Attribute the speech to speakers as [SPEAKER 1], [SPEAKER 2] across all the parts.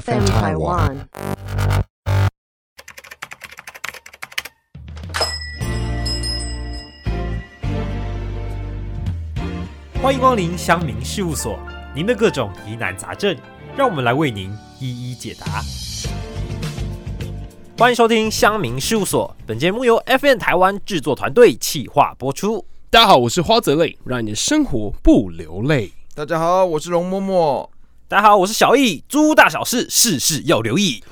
[SPEAKER 1] FM Taiwan.
[SPEAKER 2] 欢迎光临乡民事务所，您的各种疑难杂症，让我们来为您一一解答。欢迎收听乡民事务所，本节目由 FN 台湾制作团队企划播出。
[SPEAKER 3] 大家好，我是花泽类，让你的生活不流泪。
[SPEAKER 4] 大家好，我是容嬷嬷。
[SPEAKER 2] 大家好，我是小易，诸大小事，事事要留意。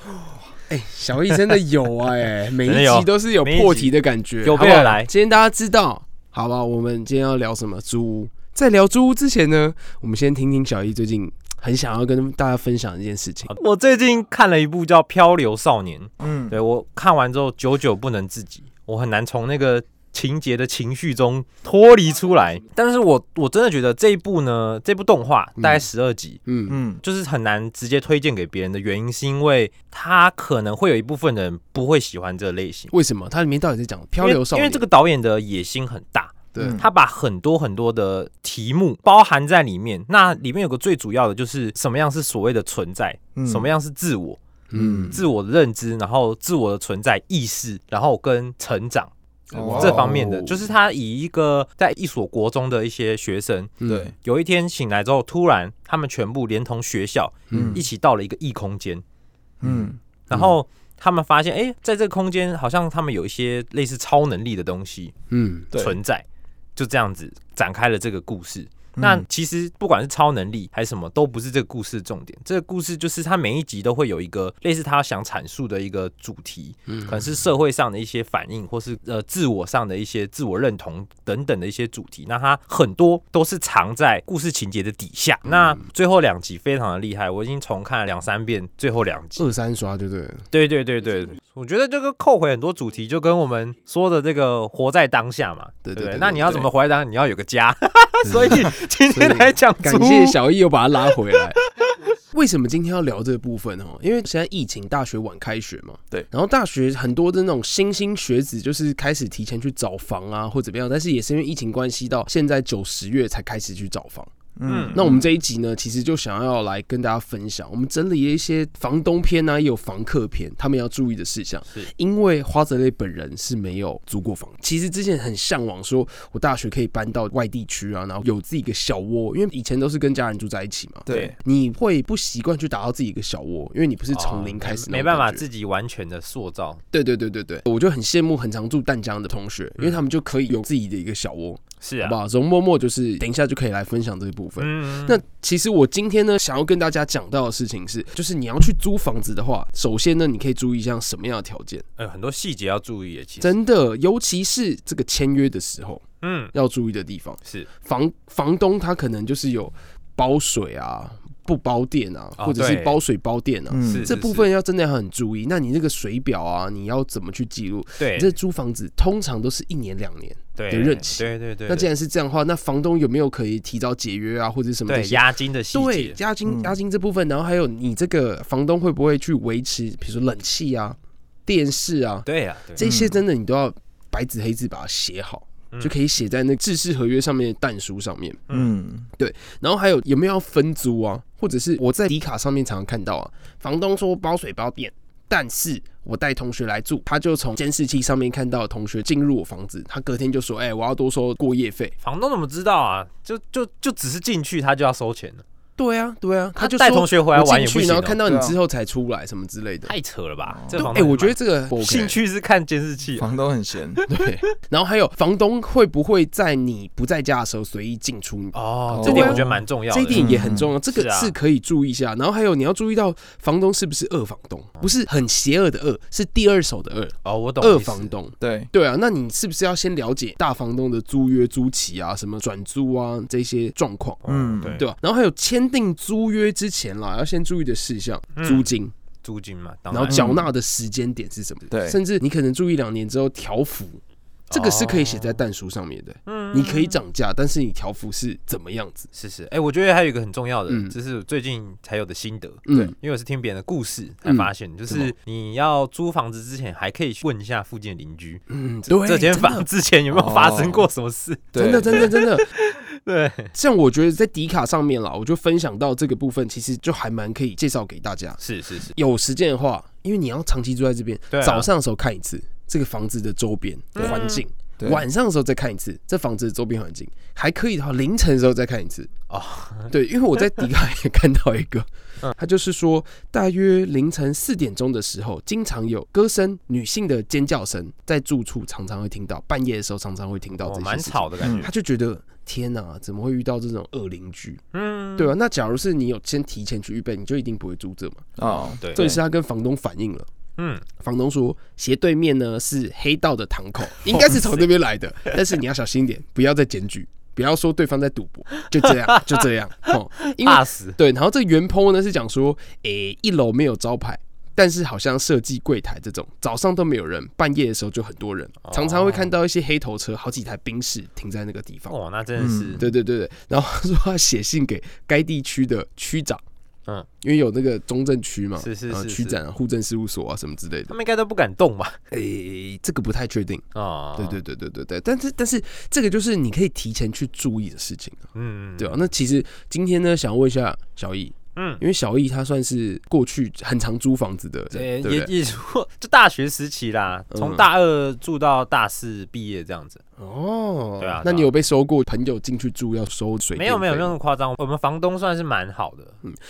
[SPEAKER 3] 哎、小易真的有 哎、每
[SPEAKER 2] 真的
[SPEAKER 3] 一
[SPEAKER 2] 有
[SPEAKER 3] 集都是有
[SPEAKER 2] 每一集
[SPEAKER 3] 破题的感觉，
[SPEAKER 2] 有
[SPEAKER 3] 好不
[SPEAKER 2] 备而
[SPEAKER 3] 好
[SPEAKER 2] 来
[SPEAKER 3] 今天大家知道，好吧？我们今天要聊什么？租屋。在聊租屋之前呢，我们先听听小易 E 最近很想要跟大家分享的一件事情。
[SPEAKER 2] 我最近看了一部叫《漂流少年》，
[SPEAKER 4] 嗯，
[SPEAKER 2] 对我看完之后久久不能自己，我很难从那个情节的情绪中脱离出来。但是我我真的觉得这一部呢，这部动画大概
[SPEAKER 3] 嗯
[SPEAKER 2] 十二集，
[SPEAKER 3] 嗯
[SPEAKER 4] 嗯
[SPEAKER 2] 就是很难直接推荐给别人的原因，是因为他可能会有一部分人不会喜欢这类型。
[SPEAKER 3] 为什么？它里面到底在讲漂
[SPEAKER 2] 因
[SPEAKER 3] 流
[SPEAKER 2] 为
[SPEAKER 3] 少
[SPEAKER 2] 因
[SPEAKER 3] 年？
[SPEAKER 2] 为这个导演的野心很大，
[SPEAKER 3] 对、
[SPEAKER 4] 嗯
[SPEAKER 2] 他把很多很多的题目包含在里面。那里面有个最主要的就是什么样是所谓的存在，
[SPEAKER 4] 嗯
[SPEAKER 2] 什么样是自我，
[SPEAKER 3] 嗯，
[SPEAKER 2] 自我的认知，然后自我的存在意识，然后跟成长
[SPEAKER 4] 哦
[SPEAKER 2] 嗯这方面的，
[SPEAKER 3] 哦
[SPEAKER 2] 就是他以一个在一所国中的一些学生，
[SPEAKER 3] 嗯
[SPEAKER 4] 对，
[SPEAKER 2] 有一天醒来之后，突然他们全部连同学校
[SPEAKER 3] 嗯
[SPEAKER 2] 一起到了一个异空间，
[SPEAKER 4] 嗯
[SPEAKER 2] 然后他们发现，哎、在这个空间好像他们有一些类似超能力的东西
[SPEAKER 3] 嗯
[SPEAKER 4] 对
[SPEAKER 2] 存在，就这样子展开了这个故事。那
[SPEAKER 4] 嗯
[SPEAKER 2] 其实不管是超能力还是什么，都不是这个故事的重点。这个故事就是他每一集都会有一个类似他想阐述的一个主题，
[SPEAKER 4] 嗯
[SPEAKER 2] 可能是社会上的一些反应，或是呃自我上的一些自我认同等等的一些主题。那它很多都是藏在故事情节的底下。
[SPEAKER 4] 嗯
[SPEAKER 2] 那最后两集非常的厉害，我已经重看了两三遍最后两集。
[SPEAKER 3] 二三刷就对了。
[SPEAKER 2] 对对对对，我觉得这个扣回很多主题，就跟我们说的这个活在当下嘛，
[SPEAKER 3] 对
[SPEAKER 2] 不
[SPEAKER 3] 对对对
[SPEAKER 2] 那你要
[SPEAKER 3] 对
[SPEAKER 2] 怎么活在当下？你要有个 家，所以今天来讲
[SPEAKER 3] 感
[SPEAKER 2] 租
[SPEAKER 3] 谢小易又把他拉回来。 为什么今天要聊这个部分哦？因为现在疫情，大学晚开学嘛，
[SPEAKER 4] 对
[SPEAKER 3] 然后大学很多的那种新兴学子，就是开始提前去找房啊，或怎么样，但是也是因为疫情关系，到现在九十月才开始去找房。
[SPEAKER 2] 嗯
[SPEAKER 3] 那我们这一集呢，其实就想要来跟大家分享，我们整理了一些房东篇啊，也有房客篇，他们要注意的事项
[SPEAKER 2] 是。
[SPEAKER 3] 因为花泽类本人是没有租过房，其实之前很向往，说我大学可以搬到外地区啊，然后有自己一个小窝，因为以前都是跟家人住在一起嘛。
[SPEAKER 4] 对，
[SPEAKER 3] 你会不习惯去打造自己一个小窝，因为你不是从零开始、
[SPEAKER 2] 哦没没办法
[SPEAKER 3] 自。
[SPEAKER 2] 自己完全的塑造。
[SPEAKER 3] 对对对对对，我就很羡慕很常住淡江的同学，因为他们就可以有自己的一个小窝，
[SPEAKER 2] 是嗯
[SPEAKER 3] 好
[SPEAKER 2] 啊
[SPEAKER 3] 不，好？容嬷嬷就是等一下就可以来分享这个部分。
[SPEAKER 2] 嗯，
[SPEAKER 3] 那其实我今天呢，想要跟大家讲到的事情是，就是你要去租房子的话，首先呢，你可以注意一下什么样的条件，
[SPEAKER 2] 呃很多细节要注意耶，其实，
[SPEAKER 3] 真的，尤其是这个签约的时候
[SPEAKER 2] 嗯，
[SPEAKER 3] 要注意的地方。
[SPEAKER 2] 是
[SPEAKER 3] 房房东他可能就是有包水啊，不包电啊，
[SPEAKER 2] 哦
[SPEAKER 3] 或者是
[SPEAKER 2] 对
[SPEAKER 3] 包水包电啊，
[SPEAKER 4] 嗯
[SPEAKER 2] 是
[SPEAKER 3] 这部分要真的要很注意。那你这个水表啊，你要怎么去记录？
[SPEAKER 2] 对
[SPEAKER 3] 你这租房子通常都是一年两年，
[SPEAKER 2] 对
[SPEAKER 3] 的认识
[SPEAKER 2] 对对对，
[SPEAKER 3] 那既
[SPEAKER 2] 对
[SPEAKER 3] 然是这样的话，那房东有没有可以提早解约啊，或者什么这
[SPEAKER 2] 对
[SPEAKER 3] 些
[SPEAKER 2] 押金的细
[SPEAKER 3] 对
[SPEAKER 2] 节，
[SPEAKER 3] 押金
[SPEAKER 4] 嗯
[SPEAKER 3] 押金这部分，然后还有你这个房东会不会去维持，比如说冷气啊、电视啊，
[SPEAKER 2] 对啊，对
[SPEAKER 3] 这些真的你都要白纸黑字把它写好，
[SPEAKER 2] 嗯
[SPEAKER 3] 就可以写在那个制式合约上面的弹书上面。
[SPEAKER 4] 嗯
[SPEAKER 3] 然后还有有没有要分租啊，或者是我在迪卡上面常常看到啊，房东说包水包电。但是我带同学来住，他就从监视器上面看到同学进入我房子，他隔天就说：“哎、我要多收过夜费。
[SPEAKER 2] 房东怎么知道啊？就就就只是进去他就要收钱了，”
[SPEAKER 3] 对啊，对啊，他就
[SPEAKER 2] 带
[SPEAKER 3] 说
[SPEAKER 2] 同学回来
[SPEAKER 3] 我
[SPEAKER 2] 玩也
[SPEAKER 3] 进
[SPEAKER 2] 不
[SPEAKER 3] 去，
[SPEAKER 2] 行
[SPEAKER 3] 然
[SPEAKER 2] 哦
[SPEAKER 3] 后，看到你
[SPEAKER 4] 对啊
[SPEAKER 3] 之后才出来什么之类的。
[SPEAKER 2] 太扯了吧？
[SPEAKER 4] 哦
[SPEAKER 2] 这
[SPEAKER 3] 对
[SPEAKER 2] 房
[SPEAKER 3] 哎、
[SPEAKER 2] 东
[SPEAKER 3] 我
[SPEAKER 2] 很
[SPEAKER 3] 觉得
[SPEAKER 2] 慢
[SPEAKER 3] 这个不 OK
[SPEAKER 2] 兴趣是看监视器啊，
[SPEAKER 4] 嗯房东 很闲，
[SPEAKER 3] 对。然后还有房东会不会在你不在家的时候随意进出你？
[SPEAKER 2] 哦
[SPEAKER 4] 哦，
[SPEAKER 2] 这点我
[SPEAKER 3] 对啊
[SPEAKER 2] 觉得蛮重要的。
[SPEAKER 3] 这一点也很重要，这
[SPEAKER 2] 是
[SPEAKER 3] 个
[SPEAKER 2] 啊
[SPEAKER 3] 是可以注意一下。然后还有你要注意到房东是不是二房东，不是很邪恶的恶，是第二手的
[SPEAKER 2] 哦，我
[SPEAKER 3] 恶，
[SPEAKER 2] 嗯懂
[SPEAKER 3] 二
[SPEAKER 2] 意思
[SPEAKER 3] 房东。
[SPEAKER 4] 对，
[SPEAKER 3] 对啊，那你是不是要先了解大房东的租约、租期啊，什么转租啊这些状况，
[SPEAKER 4] 嗯
[SPEAKER 2] 对
[SPEAKER 3] 对吧、啊然后还有签订租约之前啦，要先注意的事项，
[SPEAKER 2] 嗯
[SPEAKER 3] 租金，
[SPEAKER 2] 租金嘛，当
[SPEAKER 3] 然后
[SPEAKER 2] 然
[SPEAKER 3] 缴纳的时间点是什么？
[SPEAKER 4] 对
[SPEAKER 3] 甚至你可能住一两年之后调幅，这个是可以写
[SPEAKER 2] 哦
[SPEAKER 3] 在蛋书上面的。嗯你可以涨价，但是你调幅是怎么样子？
[SPEAKER 2] 是是，哎，我觉得还有一个很重要的，
[SPEAKER 3] 嗯
[SPEAKER 2] 这是最近才有的心得。
[SPEAKER 3] 嗯，
[SPEAKER 2] 因为我是听别人的故事才发现，就
[SPEAKER 3] 什么
[SPEAKER 2] 是你要租房子之前，还可以问一下附近的邻居，
[SPEAKER 3] 嗯，对，
[SPEAKER 2] 这间
[SPEAKER 3] 真的
[SPEAKER 2] 房之前有没有发生过什么事？
[SPEAKER 4] 对
[SPEAKER 3] 真的真的真的，哦
[SPEAKER 2] 对，
[SPEAKER 3] 像我觉得在迪卡上面啦，我就分享到这个部分，其实就还蛮可以介绍给大家。
[SPEAKER 2] 是是是，
[SPEAKER 3] 有时间的话，因为你要长期住在这边，
[SPEAKER 2] 对啊
[SPEAKER 3] 早上的时候看一次这个房子的周边
[SPEAKER 2] 嗯
[SPEAKER 3] 环境。
[SPEAKER 4] 对
[SPEAKER 3] 晚上的时候再看一次这房子的周边环境，还可以的话，凌晨的时候再看一次
[SPEAKER 2] 哦。
[SPEAKER 3] 对，因为我在迪卡也看到一个
[SPEAKER 2] 嗯，
[SPEAKER 3] 他就是说，大约凌晨四点钟的时候，经常有歌声、女性的尖叫声，在住处常常会听到，半夜的时候常常会听到这
[SPEAKER 2] 哦，
[SPEAKER 3] 些
[SPEAKER 2] 蛮
[SPEAKER 3] 事情。
[SPEAKER 2] 吵的感觉，
[SPEAKER 3] 他就觉得天哪，怎么会遇到这种恶邻居？
[SPEAKER 2] 嗯，
[SPEAKER 3] 对啊，那假如是你有先提前去预备，你就一定不会租这嘛。
[SPEAKER 4] 哦，
[SPEAKER 2] 对，
[SPEAKER 3] 这也是他跟房东反映了。
[SPEAKER 2] 嗯，
[SPEAKER 3] 房东说斜对面呢是黑道的堂 口，应该是从这边来的，但是你要小心一点，不要再检举，不要说对方在赌博，就这样， 就这样。哦，因为
[SPEAKER 2] 怕死，
[SPEAKER 3] 对，然后这原 PO 呢是讲说，诶、一楼没有招牌。但是好像设计柜台这种，早上都没有人，半夜的时候就很多人，
[SPEAKER 2] 哦
[SPEAKER 3] 常常会看到一些黑头车，好几台宾士停在那个地方。
[SPEAKER 2] 哦，那真的是，
[SPEAKER 3] 嗯对对对对，然后他说他写信给该地区的区长，
[SPEAKER 2] 嗯，
[SPEAKER 3] 因为有那个中正区嘛，
[SPEAKER 2] 是是
[SPEAKER 3] 然后
[SPEAKER 2] 是是
[SPEAKER 3] 区长啊、户政事务所啊什么之类
[SPEAKER 2] 他
[SPEAKER 3] 的。
[SPEAKER 2] 们应该都不敢动吧？
[SPEAKER 3] 诶，这个不太确定。
[SPEAKER 2] 哦，
[SPEAKER 3] 对对，对对对对，但是但是这个就是你可以提前去注意的事情啊，
[SPEAKER 2] 嗯，
[SPEAKER 3] 对啊。那其实今天呢，想问一下小易，
[SPEAKER 2] 嗯。
[SPEAKER 3] 因为小易他算是过去很常租房子的
[SPEAKER 2] 也
[SPEAKER 3] 人，对
[SPEAKER 2] 也
[SPEAKER 3] 不对？
[SPEAKER 2] 也说，就大学时期啦，
[SPEAKER 3] 嗯
[SPEAKER 2] 从大二住到大四毕业这样子。
[SPEAKER 3] 哦，
[SPEAKER 2] 对啊
[SPEAKER 3] 那
[SPEAKER 2] 对啊
[SPEAKER 3] 你有被收过朋友进去住要收水
[SPEAKER 2] 没
[SPEAKER 3] 电费吗？嗯
[SPEAKER 2] 有没有没有那么夸张，我们房东算是蛮好的。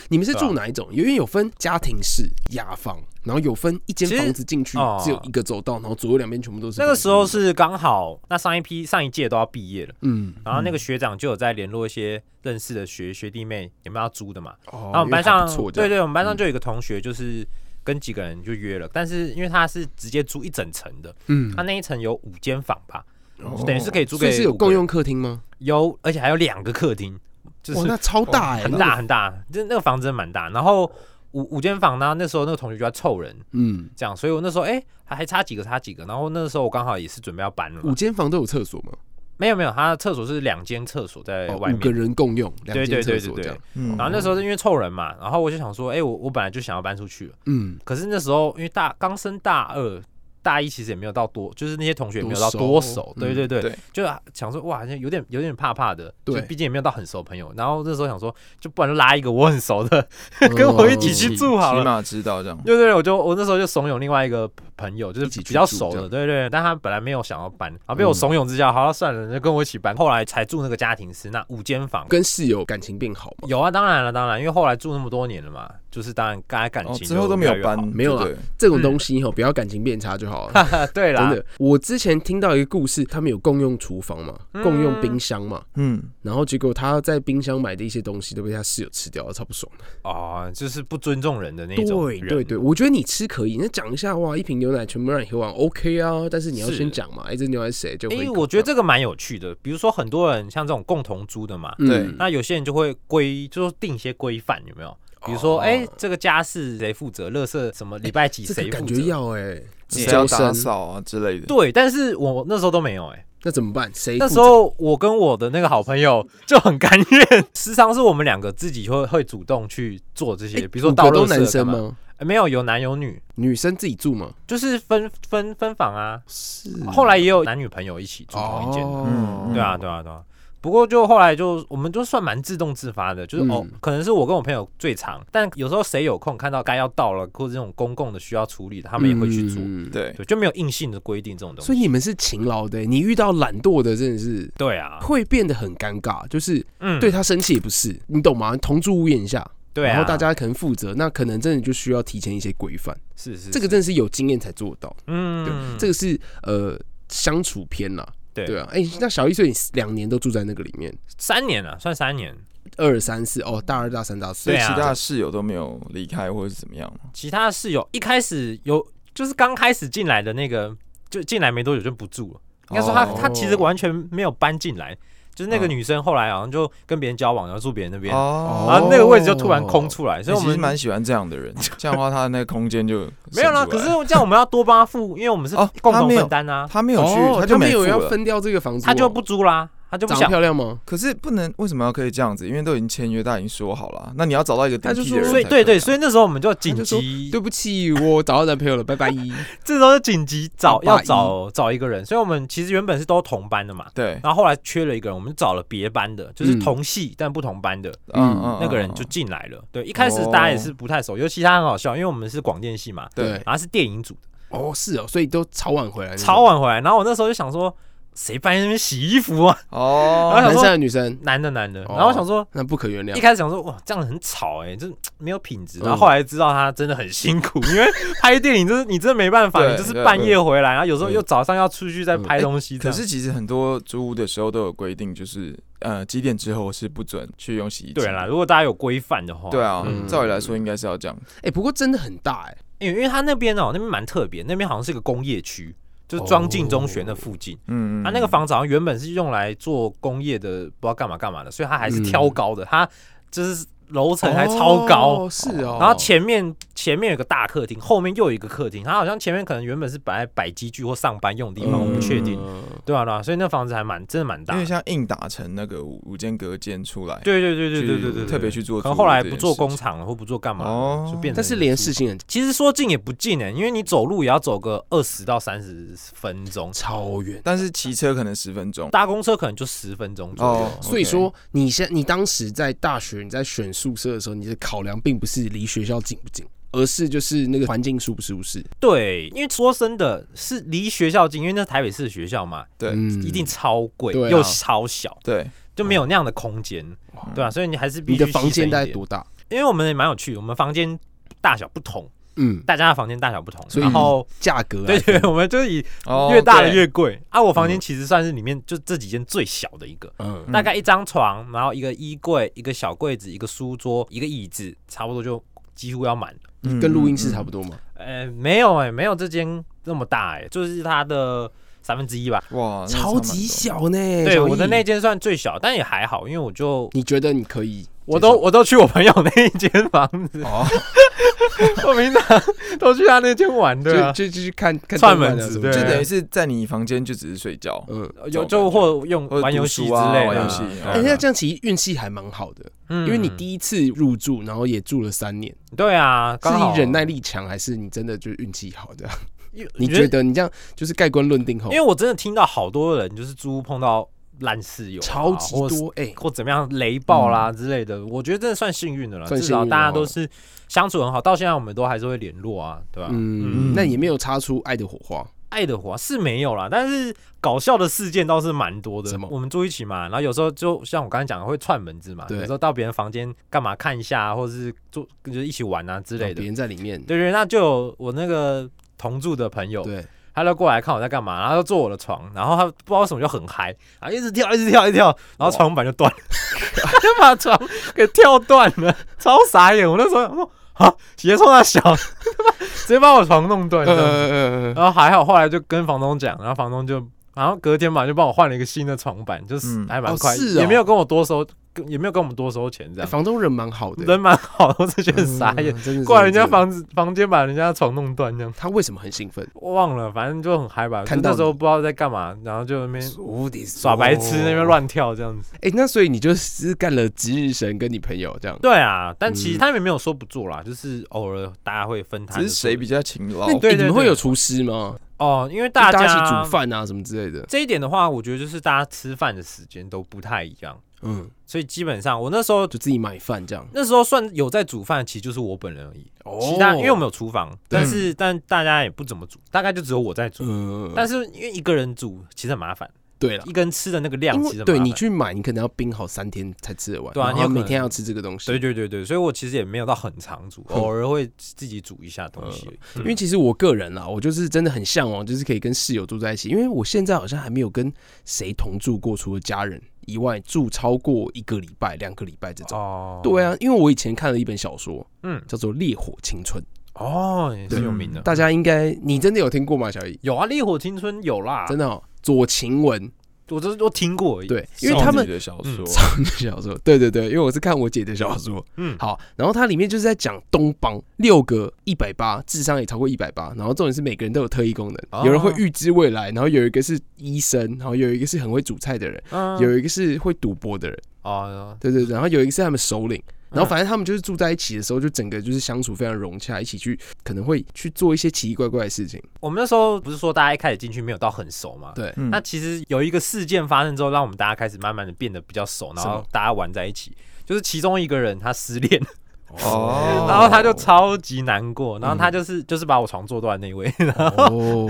[SPEAKER 3] 你们是
[SPEAKER 2] 对啊
[SPEAKER 3] 住哪一种？因为有分家庭式、雅房，然后有分一间
[SPEAKER 2] 其实
[SPEAKER 3] 房子进去
[SPEAKER 2] 哦
[SPEAKER 3] 只有一个走道，然后左右两边全部都是
[SPEAKER 2] 那
[SPEAKER 3] 房子。
[SPEAKER 2] 个时候是刚好，那上一批上一届都要毕业了，
[SPEAKER 3] 嗯，
[SPEAKER 2] 然后那个学长就有在联络一些认识的学学弟妹，有没有要租的嘛？
[SPEAKER 3] 哦
[SPEAKER 2] 然后我们班上，对
[SPEAKER 3] 对对，
[SPEAKER 2] 对，我们班上
[SPEAKER 3] 嗯
[SPEAKER 2] 就有一个同学就是。跟几个人就约了，但是因为他是直接租一整层的，
[SPEAKER 3] 嗯
[SPEAKER 2] 他，啊那一层有五间房吧，
[SPEAKER 3] 哦
[SPEAKER 2] 等于是可以租
[SPEAKER 3] 所
[SPEAKER 2] 给
[SPEAKER 3] 以是有
[SPEAKER 2] 五个
[SPEAKER 3] 共
[SPEAKER 2] 人，
[SPEAKER 3] 用客厅吗？
[SPEAKER 2] 有而且还有两个客厅，就是
[SPEAKER 3] 哇，那超大哎，
[SPEAKER 2] 很哦大，很大，就那个房子真的蛮大。然后五五间房呢，那时候那个同学就在凑人，
[SPEAKER 3] 嗯，
[SPEAKER 2] 这样，所以我那时候哎、还还差几个差几个。然后那时候我刚好也是准备要搬了嘛
[SPEAKER 3] 五，间房都有厕所吗？
[SPEAKER 2] 没有没有，他的厕所是两间厕所在
[SPEAKER 3] 哦
[SPEAKER 2] 外
[SPEAKER 3] 五个
[SPEAKER 2] 面。
[SPEAKER 3] 人共用两
[SPEAKER 2] 对
[SPEAKER 3] 间
[SPEAKER 2] 对
[SPEAKER 3] 厕
[SPEAKER 2] 对
[SPEAKER 3] 所
[SPEAKER 2] 对
[SPEAKER 3] 这
[SPEAKER 2] 对
[SPEAKER 3] 样，，
[SPEAKER 4] 嗯
[SPEAKER 2] 然后那时候是因为凑人嘛，然后我就想说，哎、我我本来就想要搬出去了，
[SPEAKER 3] 嗯，
[SPEAKER 2] 可是那时候因为大刚升大二，大一其实也没有到多，就是那些同学也没有到
[SPEAKER 3] 多
[SPEAKER 2] 多
[SPEAKER 3] 熟
[SPEAKER 2] 熟，
[SPEAKER 3] 嗯
[SPEAKER 2] 对对对，
[SPEAKER 4] 对
[SPEAKER 2] 就想说哇，好像有点有点怕怕的，
[SPEAKER 3] 对
[SPEAKER 2] 就毕竟也没有到很熟的朋友。然后那时候想说，就不然就拉一个我很熟 的，
[SPEAKER 3] 嗯
[SPEAKER 2] 跟我一起去住好了
[SPEAKER 4] 起码知道这样。
[SPEAKER 2] 对对，对我就我那时候就怂恿另外一个朋友，就是
[SPEAKER 3] 一起去
[SPEAKER 2] 比较
[SPEAKER 3] 住
[SPEAKER 2] 熟
[SPEAKER 3] 这
[SPEAKER 2] 的，
[SPEAKER 3] 样
[SPEAKER 2] 对对，但他本来没有想要搬，然后被我怂恿之下，好、算了，就跟我一起搬。后来才住那个家庭式，那五间房。
[SPEAKER 3] 跟室友感情变好吗？
[SPEAKER 2] 有啊，当然了，当然，因为后来住那么多年了嘛，就是当然大家感
[SPEAKER 4] 哦，
[SPEAKER 2] 情、
[SPEAKER 4] 之后都没有搬，，
[SPEAKER 3] 没有啊
[SPEAKER 4] 对
[SPEAKER 3] 这种东西哈，不要感情变差就好了。
[SPEAKER 2] 对啦，
[SPEAKER 3] 真的，我之前听到一个故事，他们有共用厨房嘛，共用冰箱嘛，
[SPEAKER 4] 嗯，
[SPEAKER 3] 然后结果他在冰箱买的一些东西都被他室友吃掉了，超不爽的。
[SPEAKER 2] 哦，就是不尊重人的那种
[SPEAKER 3] 对
[SPEAKER 2] 人，
[SPEAKER 3] 对对，我觉得你吃可以，那讲一下哇，一瓶牛奶全部让你喝完，OK 啊。但是你要
[SPEAKER 2] 是
[SPEAKER 3] 先讲嘛，哎，这牛奶是谁就
[SPEAKER 2] 哎、
[SPEAKER 3] 会。
[SPEAKER 2] 我觉得这个蛮有趣的，比如说很多人像这种共同租的嘛，
[SPEAKER 3] 嗯
[SPEAKER 4] 对
[SPEAKER 2] 那有些人就会规，就是定一些规范，有没有？比如说，
[SPEAKER 3] 哦
[SPEAKER 2] 哎、这个家事谁负责，垃圾什么礼拜几
[SPEAKER 3] 这个
[SPEAKER 2] 谁
[SPEAKER 3] 感
[SPEAKER 2] 负
[SPEAKER 3] 觉
[SPEAKER 2] 责？啊
[SPEAKER 3] 要哎，
[SPEAKER 4] 你要
[SPEAKER 3] 招
[SPEAKER 4] 打
[SPEAKER 3] 生
[SPEAKER 4] 扫啊之类的。
[SPEAKER 2] 对，但是我那时候都没有、哎，
[SPEAKER 3] 那怎么办？谁
[SPEAKER 2] 那
[SPEAKER 3] 负
[SPEAKER 2] 时候我跟我的那个好朋友就很甘 愿，时常是我们两个自己会会主动去做这
[SPEAKER 3] 责
[SPEAKER 2] 些，
[SPEAKER 3] 哎
[SPEAKER 2] 比如说
[SPEAKER 3] 五
[SPEAKER 2] 倒
[SPEAKER 3] 个
[SPEAKER 2] 垃
[SPEAKER 3] 都
[SPEAKER 2] 圾
[SPEAKER 3] 男生
[SPEAKER 2] 干嘛？
[SPEAKER 3] 吗？
[SPEAKER 2] 呃没有，有男有女，
[SPEAKER 3] 女生自己住吗？
[SPEAKER 2] 就是分分分房啊。
[SPEAKER 3] 是
[SPEAKER 2] 后来也有男女朋友一起住同一间的，
[SPEAKER 3] 哦，
[SPEAKER 2] 对啊，对啊，对啊。不过就后来就我们就算蛮自动自发的，就是、哦
[SPEAKER 3] 嗯，
[SPEAKER 2] 可能是我跟我朋友最长，但有时候谁有空看到该要到了或者这种公共的需要处理的，他
[SPEAKER 3] 他
[SPEAKER 2] 们也会去做，
[SPEAKER 3] 做。
[SPEAKER 4] 对，
[SPEAKER 2] 对，就啊没有硬性的规定这种东西。
[SPEAKER 3] 嗯所以你们是勤劳的，你遇到懒惰的真的是
[SPEAKER 2] 对啊，
[SPEAKER 3] 会变得很尴尬，就是
[SPEAKER 2] 嗯，
[SPEAKER 3] 对他生气也不是，你懂吗？同住屋檐下，
[SPEAKER 2] 对啊，
[SPEAKER 3] 然后大家可能负责，那可能真的就需要提前一些规范，
[SPEAKER 2] 是是
[SPEAKER 3] 这个
[SPEAKER 2] 是
[SPEAKER 3] 真的是有经验才做到，对，
[SPEAKER 2] 嗯，
[SPEAKER 3] 这个是呃相处篇啦，
[SPEAKER 2] 对
[SPEAKER 3] 对啊，哎、那小一岁你两年都住在那个里面，
[SPEAKER 2] 三年了，算三年。
[SPEAKER 3] 二三四哦，大二大三大四，
[SPEAKER 4] 所以
[SPEAKER 2] 对
[SPEAKER 4] 其
[SPEAKER 2] 啊
[SPEAKER 4] 他的室友都没有离开或者是怎么样吗？
[SPEAKER 2] 其他的室友一开始有，就是刚开始进来的那个，就进来没多久就不住了。应该说他、
[SPEAKER 4] 哦
[SPEAKER 2] 他其实完全没有搬进来，就是那个
[SPEAKER 4] 嗯
[SPEAKER 2] 女生后来好像就跟别人交往，然后住别人那边，
[SPEAKER 4] 哦
[SPEAKER 2] 然后那个位置就突然空出啊来，所以我
[SPEAKER 4] 其实
[SPEAKER 2] 们
[SPEAKER 4] 蛮喜欢这样的人，这样的话他的那个空间就
[SPEAKER 2] 没有啦。
[SPEAKER 4] 省出
[SPEAKER 2] 可
[SPEAKER 4] 来
[SPEAKER 2] 是这样我们要多帮他付，因为我们是
[SPEAKER 4] 哦
[SPEAKER 2] 共
[SPEAKER 4] 他
[SPEAKER 2] 同
[SPEAKER 4] 没有
[SPEAKER 2] 分担啊，
[SPEAKER 4] 他没有去，
[SPEAKER 3] 哦，
[SPEAKER 4] 就
[SPEAKER 3] 没
[SPEAKER 4] 没付
[SPEAKER 3] 有要
[SPEAKER 4] 了。
[SPEAKER 3] 分掉这个房子哦、
[SPEAKER 2] 他就不租啦，他他就不
[SPEAKER 3] 长得
[SPEAKER 2] 想。
[SPEAKER 3] 漂亮 吗？
[SPEAKER 4] 可是不能为什么要可以这样子？因为都已经签约，大家已经说好了，啊那你要找到一个顶替的人才可啊，
[SPEAKER 2] 所以对对，所
[SPEAKER 4] 以
[SPEAKER 2] 以那时候我们就紧
[SPEAKER 3] 就说
[SPEAKER 2] 急，
[SPEAKER 3] 对不起，我找到男朋友了，拜拜。
[SPEAKER 2] 嗯这时候就紧急找
[SPEAKER 3] 八
[SPEAKER 2] 要
[SPEAKER 3] 一
[SPEAKER 2] 找找一个人，所以我们其实原本是都同班的嘛，
[SPEAKER 4] 对，
[SPEAKER 2] 然后后来缺了一个人，我们就找了别班的，就是
[SPEAKER 3] 嗯
[SPEAKER 2] 同系但不同班的
[SPEAKER 4] 嗯嗯，
[SPEAKER 2] 那个人
[SPEAKER 4] 嗯
[SPEAKER 2] 就进来了。对，一开始大家也是不太熟，尤其他很好笑，因为我们是广电系嘛，
[SPEAKER 4] 哦对，
[SPEAKER 2] 然后是电影组，
[SPEAKER 3] 哦，是哦，所以都超晚回来，
[SPEAKER 2] 超。晚回来，然后我那时候就想说，谁半夜在那边洗衣服啊？
[SPEAKER 4] 哦，
[SPEAKER 2] 然后想
[SPEAKER 3] 男生还
[SPEAKER 2] 说
[SPEAKER 3] 是女生，
[SPEAKER 2] 男的男的，
[SPEAKER 3] 哦
[SPEAKER 2] 然后我想说。
[SPEAKER 3] 那不可原谅
[SPEAKER 2] 一。开始想说哇，这样很吵哎、欸，这没有品质。
[SPEAKER 3] 嗯
[SPEAKER 2] 然后后来知道他真的很辛 苦，因为拍电影就是你真的没办法，
[SPEAKER 4] 对
[SPEAKER 2] 你就是半夜回来，然后有时候又早上要出去再
[SPEAKER 3] 嗯
[SPEAKER 2] 拍东西这
[SPEAKER 4] 可
[SPEAKER 2] 样。
[SPEAKER 4] 是其实很多租屋的时候都有规定，就是呃几点之后是不准去用洗衣机。
[SPEAKER 2] 对啦，如果大家有规范的话，
[SPEAKER 4] 对啊
[SPEAKER 3] 嗯，
[SPEAKER 4] 照理来说应该是要这样。
[SPEAKER 3] 哎，不过真的很大哎，
[SPEAKER 2] 因为因为他那边哦、那边蛮特别，那边好像是个工业区，就是庄敬中学那附近。啊
[SPEAKER 4] 嗯，
[SPEAKER 2] 他、那个房子好像原本是用来做工业的，不知道干嘛干嘛的，所以他还是
[SPEAKER 3] 嗯
[SPEAKER 2] 挑高的，他就是楼层还超高。
[SPEAKER 3] 哦是哦。
[SPEAKER 2] 然后前面前面有个大客厅，后面又有一个客厅。他好像前面可能原本是摆来摆机具或上班用的地方，我不确定。
[SPEAKER 3] 嗯
[SPEAKER 2] 对啊，对啊，所以那房子还蛮真的蛮大
[SPEAKER 4] 因
[SPEAKER 2] 的
[SPEAKER 4] 为。像硬打成那个五五间隔间出来，
[SPEAKER 2] 对对对对对
[SPEAKER 4] 去
[SPEAKER 2] 对对，
[SPEAKER 4] 特别去做
[SPEAKER 2] 可
[SPEAKER 4] 租
[SPEAKER 2] 能
[SPEAKER 4] 屋这件事情。
[SPEAKER 2] 后来不做工厂了，或不做干嘛了，
[SPEAKER 4] 哦
[SPEAKER 2] 就变成。
[SPEAKER 3] 但是连事情很
[SPEAKER 2] 其实说近也不近欸呢、因为你走路也要走个二十到三十分钟，
[SPEAKER 3] 超远，
[SPEAKER 4] 但是骑车可能十分钟。
[SPEAKER 2] 搭公车可能就十分钟左右。
[SPEAKER 4] 哦，
[SPEAKER 3] 所以说你现你当时在大学你在选宿舍的时候，你的考量并不是离学校近不近，而是就是那个环境舒不舒适。
[SPEAKER 2] 对，因为说真的，是离学校近，因为那是台北市的学校嘛，
[SPEAKER 4] 对
[SPEAKER 3] 嗯
[SPEAKER 2] 一定超贵、
[SPEAKER 3] 对啊
[SPEAKER 2] 又超小，
[SPEAKER 4] 对，
[SPEAKER 2] 就没有那样的空间，对啊，所以你还是必
[SPEAKER 3] 你
[SPEAKER 2] 须
[SPEAKER 3] 的房
[SPEAKER 2] 牺牲
[SPEAKER 3] 间
[SPEAKER 2] 一
[SPEAKER 3] 大概
[SPEAKER 2] 点？
[SPEAKER 3] 多大？
[SPEAKER 2] 因为我们也蛮有趣的，我们房间大小不同，
[SPEAKER 3] 嗯，
[SPEAKER 2] 大家的房间大小不同，
[SPEAKER 3] 所以
[SPEAKER 2] 然后
[SPEAKER 3] 价格啊
[SPEAKER 2] 对对， 我们就以
[SPEAKER 4] 哦
[SPEAKER 2] 越大的
[SPEAKER 4] 对
[SPEAKER 2] 越贵、啊。我房间其实算是里面就这几间最小的一个，
[SPEAKER 3] 嗯，
[SPEAKER 2] 大概一张床，然后一个衣柜、一个小柜子、一个书桌、一个椅子，差不多就几乎要满。
[SPEAKER 4] 嗯
[SPEAKER 3] 跟录音室
[SPEAKER 4] 嗯
[SPEAKER 3] 差不多嘛。
[SPEAKER 2] 呃，没有哎、没有这间那么大哎、就是它的三分之一吧。
[SPEAKER 4] 哇，那差
[SPEAKER 3] 超
[SPEAKER 4] 蛮
[SPEAKER 3] 级
[SPEAKER 4] 多，
[SPEAKER 3] 小呢。
[SPEAKER 2] 对，
[SPEAKER 3] 小
[SPEAKER 2] 我的
[SPEAKER 3] 易
[SPEAKER 2] 那，间算最小，嗯但也还好，因为我就
[SPEAKER 3] 你觉得你可以接受？
[SPEAKER 2] 我都我都去我朋友那一间房子，
[SPEAKER 4] 哦，
[SPEAKER 2] 我平常都去他那间玩，对啊
[SPEAKER 3] 就，就就去看看
[SPEAKER 2] 串
[SPEAKER 3] 动漫
[SPEAKER 2] 门
[SPEAKER 3] 啊
[SPEAKER 2] 子
[SPEAKER 3] 什么
[SPEAKER 2] 对
[SPEAKER 4] 就
[SPEAKER 3] 之类的
[SPEAKER 4] 等于是在你房间就只是睡觉，
[SPEAKER 3] 嗯，
[SPEAKER 2] 有
[SPEAKER 4] 这种
[SPEAKER 2] 就或用
[SPEAKER 4] 或者
[SPEAKER 2] 玩游
[SPEAKER 4] 读
[SPEAKER 2] 戏
[SPEAKER 4] 书
[SPEAKER 2] 之
[SPEAKER 4] 啊
[SPEAKER 2] 类
[SPEAKER 4] 玩
[SPEAKER 2] 的
[SPEAKER 4] 游
[SPEAKER 2] 啊
[SPEAKER 4] 戏，
[SPEAKER 3] 哎，那这样其实运气还蛮好的，
[SPEAKER 2] 嗯
[SPEAKER 3] 因为你第一次入住，然后也住了三年，
[SPEAKER 2] 对啊，
[SPEAKER 3] 是
[SPEAKER 2] 刚好
[SPEAKER 3] 你忍耐力强，还是你真的就运气好的？
[SPEAKER 2] 因为
[SPEAKER 3] 你觉？得你这样就是盖棺论定后
[SPEAKER 2] 因为，我真的听到好多人就是租屋碰到烂室友啊，
[SPEAKER 3] 超级
[SPEAKER 2] 或
[SPEAKER 3] 多哎，
[SPEAKER 2] 或怎么样雷暴啦之类的，我觉得真的算幸运的了，
[SPEAKER 3] 算
[SPEAKER 2] 至
[SPEAKER 3] 幸
[SPEAKER 2] 少
[SPEAKER 3] 运的
[SPEAKER 2] 大家都
[SPEAKER 3] 哦
[SPEAKER 2] 是相处很好，到现在我们都还是会联络啊，对吧？
[SPEAKER 3] 嗯，
[SPEAKER 4] 嗯
[SPEAKER 3] 那也没有擦出爱的火花，
[SPEAKER 2] 爱的话是没有啦，但是搞笑的事件倒是蛮多的
[SPEAKER 3] 什么。
[SPEAKER 2] 我们住一起嘛，然后有时候就像我刚才讲的，会串门子嘛，
[SPEAKER 3] 对
[SPEAKER 2] 有时候到别人房间干嘛看一下、啊，或者是做就是一起玩啊之类的
[SPEAKER 3] 别。人在里面，
[SPEAKER 2] 对对，那就有我那个同住的朋友，
[SPEAKER 3] 对，啊
[SPEAKER 2] 他就过来看我在干嘛，然后就坐我的床，然后他不知道为什么就很嗨，啊，一直跳，一直跳，一直跳，然后床板就断了， 他就把床给跳断了，超傻眼。我那时候想说啊，鞋冲他小， 他妈直接把我床弄断了。
[SPEAKER 3] 呃，
[SPEAKER 2] 然后还好，后来就跟房东讲，然后房东就，然后隔天嘛就帮我换了一个新的床板，就是
[SPEAKER 4] 嗯
[SPEAKER 2] 还蛮快，
[SPEAKER 3] 哦是哦
[SPEAKER 2] 也没有跟我多收，跟也没有跟我们多收钱，这
[SPEAKER 3] 哎
[SPEAKER 2] 样
[SPEAKER 3] 房东人蛮好的，
[SPEAKER 2] 人蛮好的，我是觉得
[SPEAKER 3] 嗯
[SPEAKER 2] 傻眼，，
[SPEAKER 3] 真的
[SPEAKER 2] 过来人家，
[SPEAKER 3] 真的
[SPEAKER 2] 房子房间把人家床弄断这样。
[SPEAKER 3] 他为什么很兴奋？
[SPEAKER 2] 我忘了，反正就很嗨吧。
[SPEAKER 3] 看
[SPEAKER 2] 看
[SPEAKER 3] 到
[SPEAKER 2] 那时候
[SPEAKER 3] 你
[SPEAKER 2] 不知道在干嘛，然后就那边耍白
[SPEAKER 3] 哦
[SPEAKER 2] 痴，那边乱跳这样子。
[SPEAKER 3] 哎、那所以你就是干了值日神跟你朋友这样，
[SPEAKER 2] 对啊，但
[SPEAKER 3] 嗯
[SPEAKER 2] 其实他们也没有说不做啦，就是偶尔大家会分摊
[SPEAKER 4] 只
[SPEAKER 2] 着做。
[SPEAKER 4] 是谁比较勤劳
[SPEAKER 3] 那你,、
[SPEAKER 2] 对
[SPEAKER 3] 哎你们会有厨师吗？
[SPEAKER 2] 哦，因为大
[SPEAKER 3] 就
[SPEAKER 2] 家
[SPEAKER 3] 大家一起煮饭啊什么之类的。
[SPEAKER 2] 这一点的话，我觉得就是大家吃饭的时间都不太一样，
[SPEAKER 3] 嗯，
[SPEAKER 2] 所以基本上我那时候
[SPEAKER 3] 就自己买饭这样。
[SPEAKER 2] 那时候算有在煮饭，其实就是我本人而已。
[SPEAKER 3] 哦
[SPEAKER 2] 其他因为我们
[SPEAKER 3] 有，
[SPEAKER 2] 有厨房，但是但大家也不怎么煮，大概就只有我在煮。
[SPEAKER 3] 嗯，
[SPEAKER 2] 但是因为一个人煮其实很麻烦，
[SPEAKER 3] 对了
[SPEAKER 2] 一，个人吃的那个量
[SPEAKER 3] 因
[SPEAKER 2] 其实很
[SPEAKER 3] 为
[SPEAKER 2] 麻
[SPEAKER 3] 对
[SPEAKER 2] 烦
[SPEAKER 3] 你去买，你可能要冰好三天才吃得完，
[SPEAKER 2] 对啊
[SPEAKER 3] 然
[SPEAKER 2] 你有
[SPEAKER 3] 后
[SPEAKER 2] 可
[SPEAKER 3] 每
[SPEAKER 2] 能
[SPEAKER 3] 天要吃这个东西。
[SPEAKER 2] 对对对对，所以我其实也没有到很常煮，偶尔会自己煮一下东西而已。
[SPEAKER 3] 因为其实我个人啊啦，我就是真的很向往，就是可以跟室友住在一起。因为我现在好像还没有跟谁同住过，除了家人以外，住超过一个礼拜、两个礼拜这种。
[SPEAKER 2] 哦
[SPEAKER 3] 对，啊，因为我以前看了一本小说，
[SPEAKER 2] 嗯，
[SPEAKER 3] 叫做《烈火青春》，
[SPEAKER 2] 哦，也是有名的。
[SPEAKER 3] 大家应该你真的有听过吗？小易？
[SPEAKER 2] 有啊，《烈火青春》有啦，
[SPEAKER 3] 真的、哦，左晴雯
[SPEAKER 2] 我都我听过而已。
[SPEAKER 3] 对，因为他们
[SPEAKER 4] 少女的小说，
[SPEAKER 3] 少女小说， 对对对，因为我是看我姐的小说。
[SPEAKER 2] 嗯，
[SPEAKER 3] 好，然后它里面就是在讲东邦六个一百八，智商也超过一百八，然后重点是每个人都有特异功能，
[SPEAKER 2] 哦
[SPEAKER 3] 有人会预知未来，然后有一个是医生，然后有一个是很会煮菜的人，
[SPEAKER 2] 嗯
[SPEAKER 3] 有一个是会赌博的人，
[SPEAKER 2] 哦，
[SPEAKER 3] 对对对，然后有一个是他们首领。然后
[SPEAKER 2] 嗯
[SPEAKER 3] 反正他们就是住在一起的时候，就整个就是相处非常融洽，一起去可能会去做一些奇奇怪怪的事情。
[SPEAKER 2] 我们那时候不是说大家一开始进去没有到很熟嘛？
[SPEAKER 3] 对，
[SPEAKER 4] 嗯
[SPEAKER 2] 那其实有一个事件发生之后，让我们大家开始慢慢的变得比较熟，然
[SPEAKER 3] 什么
[SPEAKER 2] 后大家玩在一起。就是其中一个人他失恋，
[SPEAKER 4] 哦
[SPEAKER 2] 然后他就超级难过，然后
[SPEAKER 3] 嗯
[SPEAKER 2] 他就是、就是把我床坐断那一位，
[SPEAKER 3] 哦，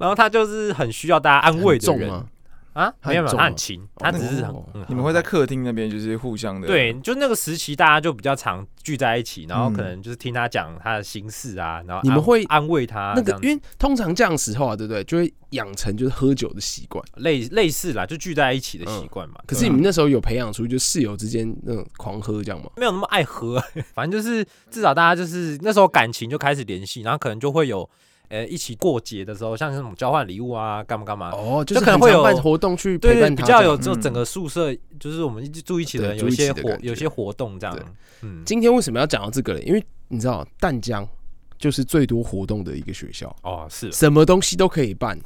[SPEAKER 2] 然后他就是很需要大家安慰的
[SPEAKER 3] 很重
[SPEAKER 2] 人
[SPEAKER 3] 吗？
[SPEAKER 2] 啊，
[SPEAKER 3] 他很
[SPEAKER 2] 没有没有，
[SPEAKER 3] 重
[SPEAKER 2] 他
[SPEAKER 3] 吗
[SPEAKER 2] 很勤，他只是很、
[SPEAKER 3] 哦
[SPEAKER 2] 嗯
[SPEAKER 4] 你们会在客厅那边就是互相的
[SPEAKER 2] 对，就那个时期大家就比较常聚在一起，然后可能就是听他讲他的心事啊，然后
[SPEAKER 3] 嗯你们
[SPEAKER 2] 安
[SPEAKER 3] 会
[SPEAKER 2] 安慰他
[SPEAKER 3] 那
[SPEAKER 2] 啊这
[SPEAKER 3] 个
[SPEAKER 2] 样，子，
[SPEAKER 3] 因为通常这样时候啊，对不对？就会养成就是喝酒的习惯。
[SPEAKER 2] 类类似啦，就聚在一起的习惯嘛。
[SPEAKER 3] 嗯可
[SPEAKER 2] 对
[SPEAKER 3] 是
[SPEAKER 2] 啊
[SPEAKER 3] 你们那时候有培养出就室友之间那种狂喝这样吗？
[SPEAKER 2] 没有那么爱喝， 反正就是至少大家就是那时候感情就开始联系，然后可能就会有呃一起过节的时候，像是什么交换礼物啊，干嘛干嘛。
[SPEAKER 3] 哦，就
[SPEAKER 2] 就是可能
[SPEAKER 3] 很
[SPEAKER 2] 会
[SPEAKER 3] 常
[SPEAKER 2] 有
[SPEAKER 3] 办活动去
[SPEAKER 2] 对
[SPEAKER 3] 陪
[SPEAKER 2] 对，
[SPEAKER 3] 伴
[SPEAKER 2] 比
[SPEAKER 3] 他。嗯
[SPEAKER 2] 较有
[SPEAKER 4] 这样
[SPEAKER 2] 就整个宿舍，就是我们一起住一起的
[SPEAKER 3] 对
[SPEAKER 2] 人有
[SPEAKER 3] 住
[SPEAKER 2] 一
[SPEAKER 3] 一起
[SPEAKER 2] 些
[SPEAKER 3] 的
[SPEAKER 2] 活
[SPEAKER 3] 感觉
[SPEAKER 2] 有些活动这样
[SPEAKER 3] 对。
[SPEAKER 2] 嗯，
[SPEAKER 3] 今天为什么要讲到这个嘞？因为你知道淡江就是最多活动的一个学校，
[SPEAKER 2] 哦是
[SPEAKER 3] 什么东西都可以 办，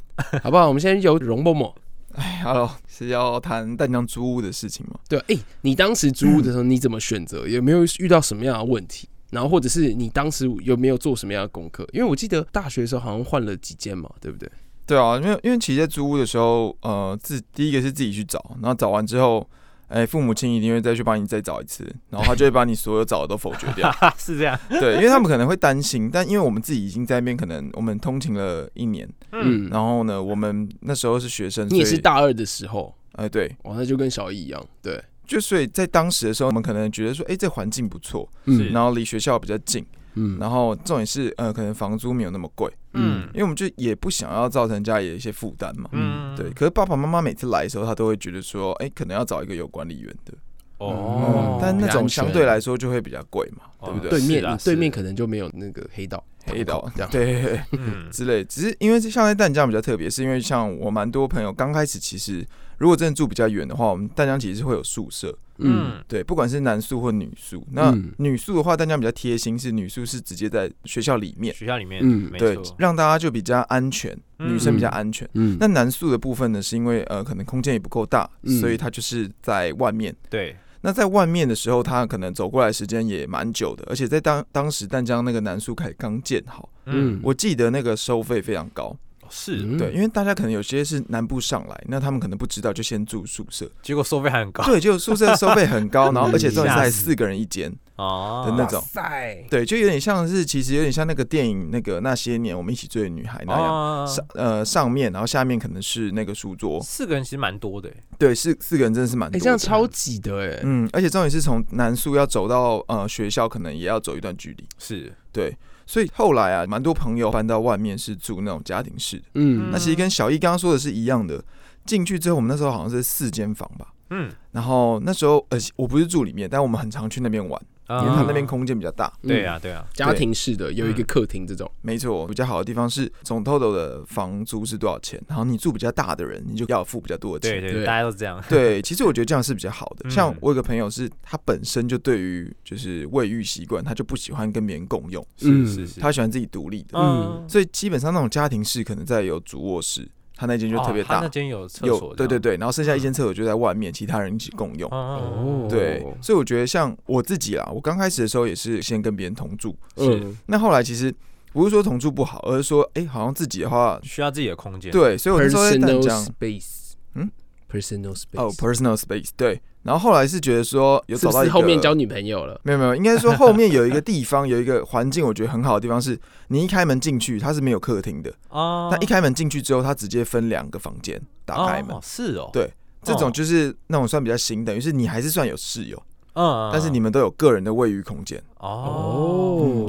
[SPEAKER 3] 好不好？我们现在有容嬷嬷。
[SPEAKER 4] 哎，Hello，是要谈淡江租屋的事情吗？
[SPEAKER 3] 对，哎、你当时租屋的时候你怎么选择？有没有遇到什么样的问题？然后或者是你当时有没有做什么样的功课？因为我记得大学的时候好像换了几间嘛，对不对？
[SPEAKER 4] 对啊，因为因为其实在租屋的时候，呃，自第一个是自己去找，然后找完之后，哎，父母亲一定会再去帮你再找一次，然后他就会把你所有找的都否决 掉。
[SPEAKER 2] 啊 是这样，
[SPEAKER 4] 对，因为他们可能会担心，但因为我们自己已经在那边，可能我们通勤了一年，
[SPEAKER 2] 嗯，
[SPEAKER 4] 然后呢，我们那时候是学生，
[SPEAKER 3] 你也是
[SPEAKER 4] 所以，
[SPEAKER 3] 大二的时候，
[SPEAKER 4] 哎，对，
[SPEAKER 3] 哦，那就跟小易一样，对，
[SPEAKER 4] 就所以在当时的时候，我们可能觉得说，哎，这环境不错，
[SPEAKER 2] 是
[SPEAKER 4] 然后离学校比较近，
[SPEAKER 3] 嗯
[SPEAKER 4] 然后重点是，呃，可能房租没有那么贵，
[SPEAKER 2] 嗯
[SPEAKER 4] 因为我们就也不想要造成家里的一些负担嘛。
[SPEAKER 2] 嗯，
[SPEAKER 4] 对，可是爸爸妈妈每次来的时候，他都会觉得说，哎、可能要找一个有管理员的，嗯
[SPEAKER 3] 哦
[SPEAKER 4] 但那
[SPEAKER 3] 比较安
[SPEAKER 4] 种
[SPEAKER 3] 全
[SPEAKER 4] 相对来说就会比较贵嘛，
[SPEAKER 2] 哦
[SPEAKER 4] 对不对？
[SPEAKER 3] 对面
[SPEAKER 2] 是啊
[SPEAKER 3] 你对面
[SPEAKER 2] 是
[SPEAKER 3] 可能就没有那个黑道
[SPEAKER 4] 黑道
[SPEAKER 3] 这样，
[SPEAKER 4] 对 对对
[SPEAKER 2] 嗯
[SPEAKER 4] 之类，只是因为像在淡江比较特别，是因为像我蛮多朋友刚开始其实如果真的住比较远的话，我们淡江其实是会有宿舍，
[SPEAKER 3] 嗯，
[SPEAKER 2] 嗯
[SPEAKER 4] 对，不管是男宿或女宿。那
[SPEAKER 3] 嗯
[SPEAKER 4] 女宿的话，淡江比较贴心，是女宿是直接在学校里面，
[SPEAKER 2] 学校里面，
[SPEAKER 3] 嗯
[SPEAKER 2] 没
[SPEAKER 4] 对
[SPEAKER 2] 错，，
[SPEAKER 4] 让大家就比较安全，
[SPEAKER 2] 嗯
[SPEAKER 4] 女生比较安全。
[SPEAKER 3] 嗯
[SPEAKER 4] 那男宿的部分呢，是因为呃可能空间也不够大，
[SPEAKER 3] 嗯
[SPEAKER 4] 所以他就是在外面。
[SPEAKER 2] 对，
[SPEAKER 4] 那在外面的时候，他可能走过来时间也蛮久的，而且在当当时淡江那个南苏凯刚建好，
[SPEAKER 2] 嗯，
[SPEAKER 4] 我记得那个收费非常高，
[SPEAKER 3] 哦
[SPEAKER 2] 是，
[SPEAKER 4] 对，因
[SPEAKER 3] 为
[SPEAKER 4] 为大家可能有些是南部上来，那他们可能不知道，就先住宿舍，
[SPEAKER 2] 结果收费还很高
[SPEAKER 4] 对，就宿舍收费很 高，然后
[SPEAKER 3] 嗯
[SPEAKER 4] 而且重点是
[SPEAKER 2] 哦吓
[SPEAKER 4] 还
[SPEAKER 2] 死
[SPEAKER 4] 四个人一间，
[SPEAKER 2] 哦
[SPEAKER 4] 的那种
[SPEAKER 3] 塞，
[SPEAKER 4] 对，就有点像是其实有点像那个电影那个那些年我们一起追的女孩那样。
[SPEAKER 2] 哦
[SPEAKER 4] 上呃上面，然后下面可能是那个书桌，
[SPEAKER 2] 四个人其实蛮多的欸，
[SPEAKER 4] 对，是四个人真的是蛮
[SPEAKER 3] 哎，
[SPEAKER 4] 多的。
[SPEAKER 3] 这样超挤的哎，
[SPEAKER 4] 嗯，而且重点是从南宿要走到呃学校，可能也要走一段距离。
[SPEAKER 2] 是，
[SPEAKER 4] 对，所以后来啊，蛮多朋友搬到外面是住那种家庭式的。
[SPEAKER 3] 嗯
[SPEAKER 4] 那其实跟小易刚刚说的是一样的。进去之后，我们那时候好像是四间房吧。
[SPEAKER 2] 嗯，
[SPEAKER 4] 然后那时候，呃，我不是住里面，但我们很常去那边玩，因
[SPEAKER 2] 因
[SPEAKER 4] 为他
[SPEAKER 3] 啊
[SPEAKER 4] 那边空嗯间比较大。
[SPEAKER 2] 嗯对啊，对啊，
[SPEAKER 3] 家庭式的有一个客厅这种，
[SPEAKER 4] 没错，比较好的地方是总 total 的房租是多少钱，然后你住比较大的人，你就要付比较多的钱
[SPEAKER 2] 对。对，
[SPEAKER 3] 对
[SPEAKER 2] 大家都这样，
[SPEAKER 4] 对，其实我觉得这样是比较好的。
[SPEAKER 2] 嗯
[SPEAKER 4] 像我有个朋友是，他本身就对于就是卫浴习惯，他就不喜欢跟别人共用，
[SPEAKER 3] 嗯
[SPEAKER 2] 是是是，
[SPEAKER 4] 他喜欢自己独立的。
[SPEAKER 2] 嗯，
[SPEAKER 4] 所以基本上那种家庭式可能在有主卧室，他那间就特别
[SPEAKER 2] 哦他
[SPEAKER 4] 大，
[SPEAKER 2] 那间有厕
[SPEAKER 4] 有
[SPEAKER 2] 所，
[SPEAKER 4] 对对，对，然后剩下一间厕所就在外面，其他人一起共用。
[SPEAKER 2] 哦，
[SPEAKER 4] 对，所以我觉得像我自己啦，我刚开始的时候也是先跟别人同住，
[SPEAKER 3] 嗯，
[SPEAKER 4] 那后来其实不是说同住不好，而是说哎、好像自己的话，
[SPEAKER 2] 需要自己的空间，，
[SPEAKER 4] 对，所以我那时候在淡
[SPEAKER 3] personal
[SPEAKER 4] 江
[SPEAKER 3] space，
[SPEAKER 4] 嗯
[SPEAKER 3] ，personal
[SPEAKER 4] 哦
[SPEAKER 3] space，
[SPEAKER 4] ，personal space，对，然后后来是觉得说有
[SPEAKER 3] 是
[SPEAKER 4] 找
[SPEAKER 3] 不
[SPEAKER 4] 到一
[SPEAKER 3] 是
[SPEAKER 4] 个
[SPEAKER 3] 后面交女朋友了？
[SPEAKER 4] 没有没有，应该说后面有一个地方，有一个环境，我觉得很好的地方是，你一开门进去，它是没有客厅的，
[SPEAKER 2] 哦，
[SPEAKER 4] 它一开门进去之后，它直接分两个房间，打开门
[SPEAKER 2] 哦，是哦，
[SPEAKER 4] 对这种
[SPEAKER 2] 哦
[SPEAKER 4] 就是那种算比较新，等于是你还是算有室友，
[SPEAKER 2] 嗯，嗯
[SPEAKER 4] 但是你们都有个人的卫浴空间，
[SPEAKER 2] 哦。
[SPEAKER 4] 嗯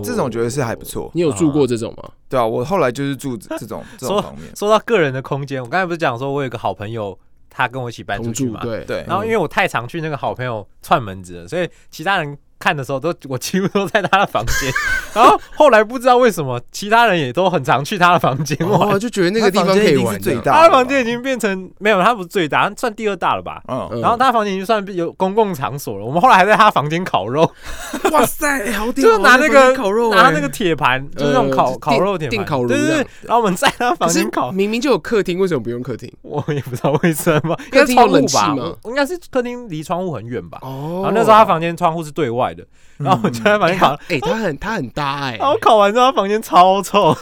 [SPEAKER 4] 这种我觉得是还不错，
[SPEAKER 3] 你有住过这种吗？
[SPEAKER 4] 对啊，我后来就是住这这种这 种
[SPEAKER 2] 说
[SPEAKER 4] 方面，
[SPEAKER 2] 说到个人的空间，我刚才不是讲说我有一个好朋友，他跟我一起搬出
[SPEAKER 3] 同
[SPEAKER 2] 去
[SPEAKER 3] 住
[SPEAKER 2] 嘛，
[SPEAKER 3] 对，哦
[SPEAKER 4] 对，嗯
[SPEAKER 2] 然后因为我太常去那个好朋友串门子了，所以其他人看的时候都我几乎都在他的房间， 然后后来不知道为什么其他人也都很常去他的房间玩，
[SPEAKER 3] 哦，就觉得那个地方可以玩
[SPEAKER 4] 他房间一定是最大
[SPEAKER 2] 他的房间已经变成没有，他不是最大，算第二大了吧。
[SPEAKER 4] 嗯，
[SPEAKER 3] 嗯
[SPEAKER 2] 然后他房间已经算有公共场所了。我们后来还在他房间烤肉，
[SPEAKER 3] 这 样哇塞，哎好屌
[SPEAKER 2] 就是
[SPEAKER 3] 哦！
[SPEAKER 2] 拿那个
[SPEAKER 3] 烤肉哎，
[SPEAKER 2] 拿那个铁盘，就是那种烤
[SPEAKER 3] 呃
[SPEAKER 2] 烤肉铁
[SPEAKER 3] 电
[SPEAKER 2] 盘，
[SPEAKER 3] 烤炉
[SPEAKER 2] 对对
[SPEAKER 3] 这
[SPEAKER 2] 对
[SPEAKER 3] 样。
[SPEAKER 2] 然后我们在他房
[SPEAKER 3] 可是
[SPEAKER 2] 间烤，
[SPEAKER 3] 明明就有客厅，为什么不用客厅？
[SPEAKER 2] 我也不知道为什么，应
[SPEAKER 3] 客
[SPEAKER 2] 该是
[SPEAKER 3] 厅有
[SPEAKER 2] 窗户
[SPEAKER 3] 冷气
[SPEAKER 2] 吧
[SPEAKER 3] 吗，
[SPEAKER 2] 应该是客厅离窗户很远吧。
[SPEAKER 3] 哦嗯
[SPEAKER 2] 然后那时候他房间窗户是对外的，然后我就在房间烤，
[SPEAKER 3] 哎，他很他很搭哎
[SPEAKER 2] 然，后烤完之后他房间超 臭，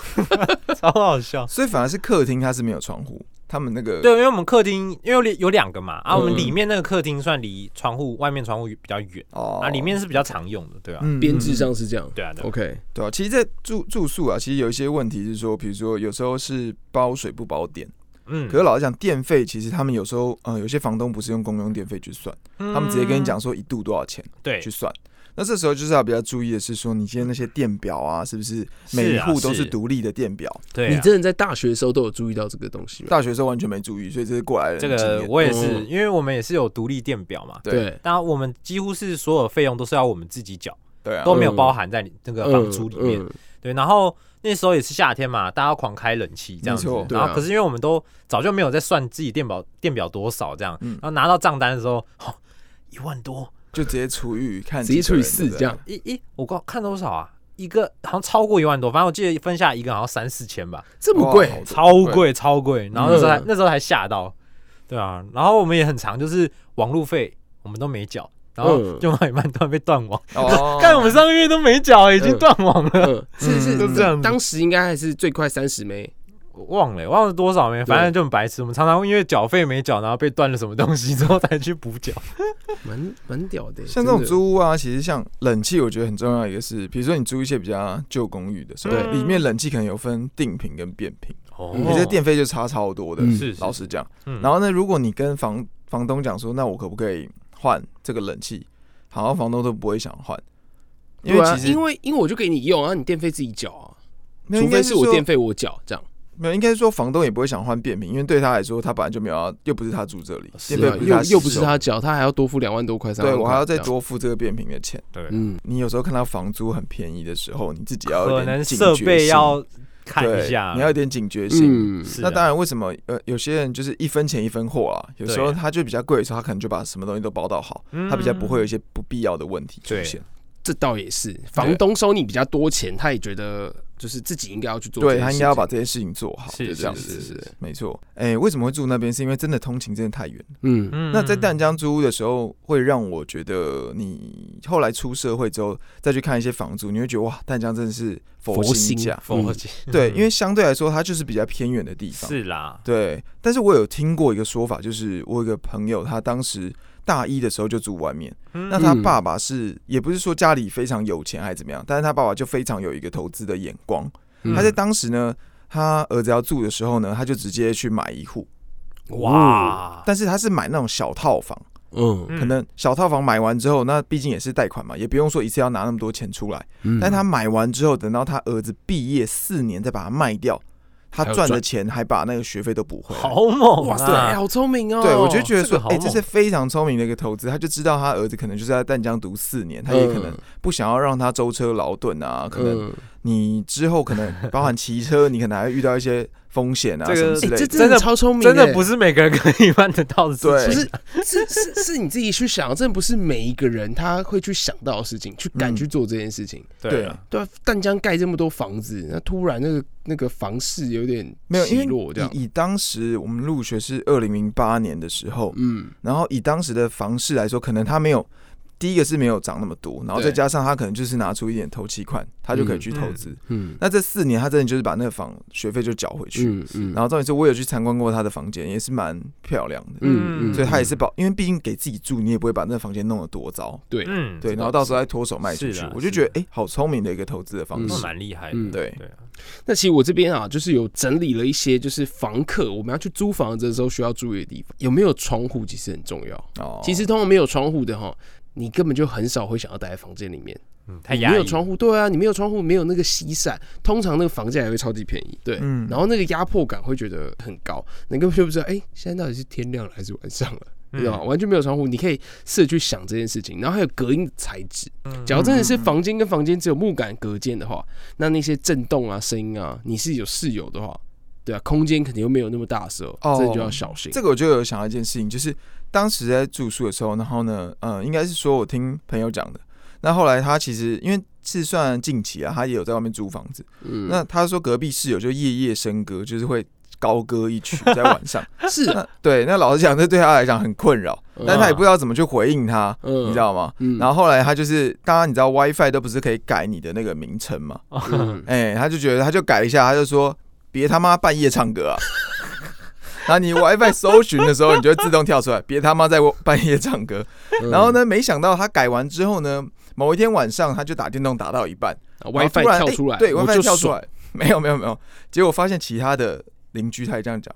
[SPEAKER 2] 超好笑。
[SPEAKER 4] 所以反而是客厅它是没有窗户，他们那个
[SPEAKER 2] 对，因为我们客厅因为有有两个嘛，啊，我们
[SPEAKER 3] 嗯
[SPEAKER 2] 里面那个客厅算离窗户外面窗户比较远，
[SPEAKER 4] 哦
[SPEAKER 2] 啊，里面是比较常用的，对吧？
[SPEAKER 4] 嗯
[SPEAKER 3] 编制
[SPEAKER 4] 嗯
[SPEAKER 3] 上是这样。
[SPEAKER 2] 对啊，对啊。
[SPEAKER 3] OK，
[SPEAKER 4] 对啊，其实，在住住宿啊，其实有一些问题是说，比如说有时候是包水不包电，
[SPEAKER 2] 嗯
[SPEAKER 4] 可是老实讲，电费其实他们有时候，呃，有些房东不是用公用电费去算，他们直接跟你讲，说一度多少钱
[SPEAKER 2] 对
[SPEAKER 4] 去，算。那这时候就是要比较注意的是说，你今天那些电表啊，是不是每一
[SPEAKER 2] 啊
[SPEAKER 4] 户都是
[SPEAKER 2] 是
[SPEAKER 4] 独立的电表？
[SPEAKER 2] 对啊，
[SPEAKER 3] 你真的在大学的时候都有注意到这个东西吗？
[SPEAKER 4] 大学的时候完全没注意，所以这是过来人
[SPEAKER 2] 这
[SPEAKER 4] 的经
[SPEAKER 2] 个
[SPEAKER 4] 验
[SPEAKER 2] 我也是，
[SPEAKER 3] 嗯
[SPEAKER 2] 因为我们也是有独立电表嘛。
[SPEAKER 4] 对
[SPEAKER 3] 对，
[SPEAKER 2] 当然，我们几乎是所有费用都是要我们自己缴，
[SPEAKER 4] 对啊，
[SPEAKER 2] 都没有包含在你那个房租里面。
[SPEAKER 3] 嗯
[SPEAKER 2] 对，然后那时候也是夏天嘛，大家狂开冷气这样子
[SPEAKER 4] 没错。
[SPEAKER 3] 对啊
[SPEAKER 2] 然后可是因为我们都早就没有在算自己电表电表多少这样，
[SPEAKER 4] 嗯
[SPEAKER 2] 然后拿到账单的时候，哦一万多，
[SPEAKER 4] 就直接除以看
[SPEAKER 3] 直接
[SPEAKER 4] 几个人
[SPEAKER 3] 除以四这。样
[SPEAKER 4] 对不对
[SPEAKER 2] 一一我刚看多少啊？一个好像超过一万多，反正我记得分下一个好像三四千吧，
[SPEAKER 3] 这么
[SPEAKER 4] 哇
[SPEAKER 3] 贵，
[SPEAKER 4] 好
[SPEAKER 2] 超贵超贵。然后那时候还、
[SPEAKER 3] 嗯
[SPEAKER 2] 那时候还吓到，对啊。然后我们也很常就是网路费我们都没缴，然后
[SPEAKER 3] 嗯
[SPEAKER 2] 就买一半突然被断网。，
[SPEAKER 4] 哦
[SPEAKER 2] 看、我们上个月都没缴，已经
[SPEAKER 3] 嗯
[SPEAKER 2] 断网了。
[SPEAKER 3] 嗯，是是
[SPEAKER 4] 嗯都
[SPEAKER 2] 这样子
[SPEAKER 3] 当时应该还是最快三十枚，
[SPEAKER 2] 我忘了，忘了多少没，反正就很白痴。我们常常因为缴费没缴，然后被断了什么东西之后才去补缴。
[SPEAKER 3] 蛮蛮屌的。
[SPEAKER 4] 像这种
[SPEAKER 3] 真的
[SPEAKER 4] 租屋啊，其实像冷气，我觉得很重要一个是，比如说你租一些比较旧公寓的时候，
[SPEAKER 3] 对
[SPEAKER 4] 里面冷气可能有分定频跟变频，
[SPEAKER 2] 哦
[SPEAKER 4] 有些电费就差超多的
[SPEAKER 3] 嗯。
[SPEAKER 2] 是
[SPEAKER 4] 老实讲，
[SPEAKER 2] 嗯
[SPEAKER 4] 然后呢，如果你跟房房东讲说，那我可不可以换这个冷气？好像房东都不会想换，因为
[SPEAKER 3] 对啊
[SPEAKER 4] 其实
[SPEAKER 3] 因为因为我就给你用，然后你电费自己缴啊，
[SPEAKER 4] 没有
[SPEAKER 3] 除
[SPEAKER 4] 应该
[SPEAKER 3] 非
[SPEAKER 4] 是
[SPEAKER 3] 是我
[SPEAKER 4] 说
[SPEAKER 3] 电费我缴这样。
[SPEAKER 4] 没有，应该是说房东也不会想换变频，因为对他来说，他本来就没有要，又不是他住这里，
[SPEAKER 2] 是
[SPEAKER 4] 电
[SPEAKER 2] 啊
[SPEAKER 4] 费
[SPEAKER 3] 对，
[SPEAKER 4] 不是
[SPEAKER 3] 又
[SPEAKER 4] 他
[SPEAKER 3] 又不是
[SPEAKER 4] 吸收
[SPEAKER 3] 他，缴，他还要多付两万多块，三
[SPEAKER 4] 对
[SPEAKER 3] 万块
[SPEAKER 4] 我还要再
[SPEAKER 3] 这样。
[SPEAKER 4] 多付这个变频的钱。
[SPEAKER 2] 对，
[SPEAKER 3] 嗯，
[SPEAKER 4] 你有时候看到房租很便宜的时候，你自己要有
[SPEAKER 2] 可
[SPEAKER 4] 点
[SPEAKER 2] 能
[SPEAKER 4] 警
[SPEAKER 2] 设
[SPEAKER 4] 觉
[SPEAKER 2] 备
[SPEAKER 4] 性
[SPEAKER 2] 要看一
[SPEAKER 4] 对
[SPEAKER 2] 下。
[SPEAKER 4] 你要有点警觉性。
[SPEAKER 3] 嗯，
[SPEAKER 2] 是啊
[SPEAKER 4] 那当然，为什么呃有些人就是一分钱一分货啊？有时候
[SPEAKER 2] 对
[SPEAKER 4] 他就比较贵的时候，他可能就把什么东西都包到好，
[SPEAKER 2] 嗯
[SPEAKER 4] 他比较不会有一些不必要的问题出
[SPEAKER 2] 对
[SPEAKER 4] 现。
[SPEAKER 3] 这倒也是，房东收你比较多钱，他也觉得就是自己应该要去做这件事
[SPEAKER 4] 对
[SPEAKER 3] 情，
[SPEAKER 4] 他应该要把这些事情做好，
[SPEAKER 2] 是
[SPEAKER 4] 就是这样
[SPEAKER 3] 是
[SPEAKER 4] 子。
[SPEAKER 3] 是是，
[SPEAKER 4] 没错，哎，为什么会住那边？是因为真的通勤真的太远。
[SPEAKER 3] 嗯
[SPEAKER 2] 嗯
[SPEAKER 4] 那在淡江租屋的时候，会让我觉得你后来出社会之后再去看一些房租，你会觉得哇，淡江真的是佛
[SPEAKER 3] 佛
[SPEAKER 4] 心
[SPEAKER 3] 心
[SPEAKER 4] 价。
[SPEAKER 2] 佛
[SPEAKER 3] 嗯
[SPEAKER 2] 经
[SPEAKER 4] 对，因为相对来说，它就是比较偏远的地方。
[SPEAKER 2] 是啦，
[SPEAKER 4] 对，但是我有听过一个说法，就是我有一个朋友，他当时大一的时候就住外面，那
[SPEAKER 3] 嗯
[SPEAKER 2] 那
[SPEAKER 4] 他爸爸是也不是说家里非常有钱还是怎么样，但是他爸爸就非常有一个投资的眼光，
[SPEAKER 3] 嗯
[SPEAKER 4] 他在当时呢。他儿子要住的时候呢，他就直接去买一户，
[SPEAKER 2] 哦哇，
[SPEAKER 4] 但是他是买那种小套房，
[SPEAKER 3] 嗯
[SPEAKER 4] 可能小套房买完之后，那毕竟也是贷款嘛，也不用说一次要拿那么多钱出来。
[SPEAKER 3] 嗯
[SPEAKER 4] 但他买完之后，等到他儿子毕业四年再把它卖掉，他
[SPEAKER 3] 还有
[SPEAKER 4] 赚的
[SPEAKER 3] 赚
[SPEAKER 4] 钱还把那个学费都补回来。
[SPEAKER 2] 好猛
[SPEAKER 3] 哇塞，
[SPEAKER 2] 啊！
[SPEAKER 3] 好聪明哦！
[SPEAKER 4] 对，我就觉得
[SPEAKER 2] 这
[SPEAKER 4] 说
[SPEAKER 2] 个，好
[SPEAKER 4] 哎、这是
[SPEAKER 2] 猛
[SPEAKER 4] 非常聪明的一个投资。他就知道他儿子可能就是在淡江读四年，他也可能
[SPEAKER 3] 嗯
[SPEAKER 4] 不想要让他舟车劳顿啊。可能
[SPEAKER 3] 嗯，
[SPEAKER 4] 你之后可能包含骑车，你可能还会遇到一些风险啊
[SPEAKER 2] 这个
[SPEAKER 4] 什么之
[SPEAKER 3] 哎，
[SPEAKER 4] 类
[SPEAKER 3] 这
[SPEAKER 4] 的。
[SPEAKER 3] 真
[SPEAKER 2] 真
[SPEAKER 3] 的
[SPEAKER 2] 的
[SPEAKER 3] 超聪明，
[SPEAKER 2] 真的
[SPEAKER 3] 哎
[SPEAKER 2] 不是每个人可以办得到的事
[SPEAKER 4] 对
[SPEAKER 3] 不
[SPEAKER 2] 情。
[SPEAKER 3] 是是是是你自己去想，真的不是每一个人他会去想到的事情，去敢
[SPEAKER 4] 嗯
[SPEAKER 3] 去做这件事情。
[SPEAKER 4] 对
[SPEAKER 2] 啊
[SPEAKER 4] 啊，
[SPEAKER 3] 对啊，淡江盖这么多房子，那突然那个那个房市有点
[SPEAKER 4] 没有，
[SPEAKER 3] 起
[SPEAKER 4] 因
[SPEAKER 3] 落
[SPEAKER 4] 为
[SPEAKER 3] 这样，
[SPEAKER 4] 以以当时我们入学是二零零八年的时候，
[SPEAKER 3] 嗯，
[SPEAKER 4] 然后以当时的房市来说，可能他没有。第一个是没有涨那么多，然后再
[SPEAKER 3] 对
[SPEAKER 4] 加上他可能就是拿出一点头期款，他就可以去投
[SPEAKER 2] 嗯
[SPEAKER 4] 资。
[SPEAKER 3] 嗯
[SPEAKER 4] 那这四年他真的就是把那个房学费就缴回去，
[SPEAKER 3] 嗯嗯
[SPEAKER 4] 然后重点是我有去参观过他的房间，也是蛮漂亮的。
[SPEAKER 2] 嗯
[SPEAKER 4] 所以他也是保，因为毕竟给自己住，你也不会把那房间弄得多糟，
[SPEAKER 3] 对，
[SPEAKER 2] 嗯，
[SPEAKER 4] 对，
[SPEAKER 3] 这
[SPEAKER 4] 然后
[SPEAKER 3] 倒
[SPEAKER 4] 到
[SPEAKER 3] 是
[SPEAKER 4] 时候再脱手卖出
[SPEAKER 2] 是
[SPEAKER 4] 去
[SPEAKER 2] 啦，
[SPEAKER 4] 我就觉得哎、诶好聪明的一个投资的方
[SPEAKER 3] 嗯
[SPEAKER 4] 式
[SPEAKER 2] 那，蛮厉害的。
[SPEAKER 3] 嗯
[SPEAKER 4] 对，
[SPEAKER 2] 对啊，
[SPEAKER 3] 那其实我这边啊，就是有整理了一些，就是房客我们要去租房子的时候需要注意的地方。有没有窗户其实很重要。
[SPEAKER 2] 嗯
[SPEAKER 4] 哦，
[SPEAKER 3] 其实通常没有窗户的哈，你根本就很少会想要待在房间里面。
[SPEAKER 2] 嗯，太
[SPEAKER 3] 你
[SPEAKER 2] 压
[SPEAKER 3] 没有
[SPEAKER 2] 抑。
[SPEAKER 3] 窗户，对啊，你没有窗户，没有那个西晒，通常那个房价也会超级便宜。对，
[SPEAKER 4] 嗯
[SPEAKER 3] 然后那个压迫感会觉得很高，你根本就不知道，哎、现在到底是天亮了还是晚上了？
[SPEAKER 2] 嗯
[SPEAKER 3] 你知道吗？完全没有窗户，你可以试着去想这件事情。然后还有隔音的材质，
[SPEAKER 2] 嗯
[SPEAKER 3] 假如真的是房间跟房间只有木杆隔间的话，那那些震动啊、声音啊，你是有室友的话，对啊，空间肯定又没有那么大的时候，
[SPEAKER 4] 哦
[SPEAKER 3] 这就要小心。
[SPEAKER 4] 这个我就有想到一件事情，就是当时在住宿的时候，然后呢，呃，应该是说我听朋友讲的。那后来他其实因为是算近期啊，他也有在外面租房子。
[SPEAKER 3] 嗯，
[SPEAKER 4] 那他说隔壁室友就夜夜笙歌，就是会高歌一曲在晚 上。
[SPEAKER 3] 是啊，
[SPEAKER 4] 那对，那老实讲，这对他来讲很困扰，但他也不知道怎么去回应他，
[SPEAKER 3] 嗯
[SPEAKER 4] 你知，道吗？
[SPEAKER 3] 嗯
[SPEAKER 4] 然后后来他就是，当然你知道 WiFi 都不是可以改你的那个名称嘛，
[SPEAKER 3] 嗯
[SPEAKER 4] 哎、他就觉得他就改一下，他就说别他妈半夜唱 歌啊。然后你 WiFi 搜寻的时候，你就会自动跳出来，别他妈在半夜唱歌。嗯
[SPEAKER 3] 嗯
[SPEAKER 4] 然后呢，没想到他改完之后呢，某一天晚上他就打电动打到一半
[SPEAKER 3] 啊
[SPEAKER 4] 然后
[SPEAKER 3] ，WiFi
[SPEAKER 4] 突然
[SPEAKER 3] 跳
[SPEAKER 4] 哎
[SPEAKER 3] 出来，
[SPEAKER 4] 对
[SPEAKER 3] 我
[SPEAKER 4] ，WiFi
[SPEAKER 3] 就
[SPEAKER 4] 跳出
[SPEAKER 3] 爽，
[SPEAKER 4] 来，没有没有没有，结果发现其他的邻居他也这样讲，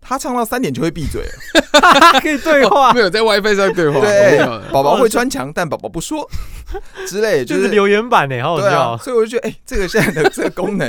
[SPEAKER 4] 他唱到三点就会 闭嘴了，
[SPEAKER 2] 可以对话，
[SPEAKER 3] 没有在 WiFi 上对话，
[SPEAKER 4] 对
[SPEAKER 3] 没有了
[SPEAKER 4] 宝宝会穿墙，但宝宝不说之 类，
[SPEAKER 2] 就
[SPEAKER 4] 就是是。
[SPEAKER 2] 留言板呢，好好
[SPEAKER 4] 对
[SPEAKER 2] 笑
[SPEAKER 4] 啊，。所以我就觉得，哎、这个现在的这个 功能，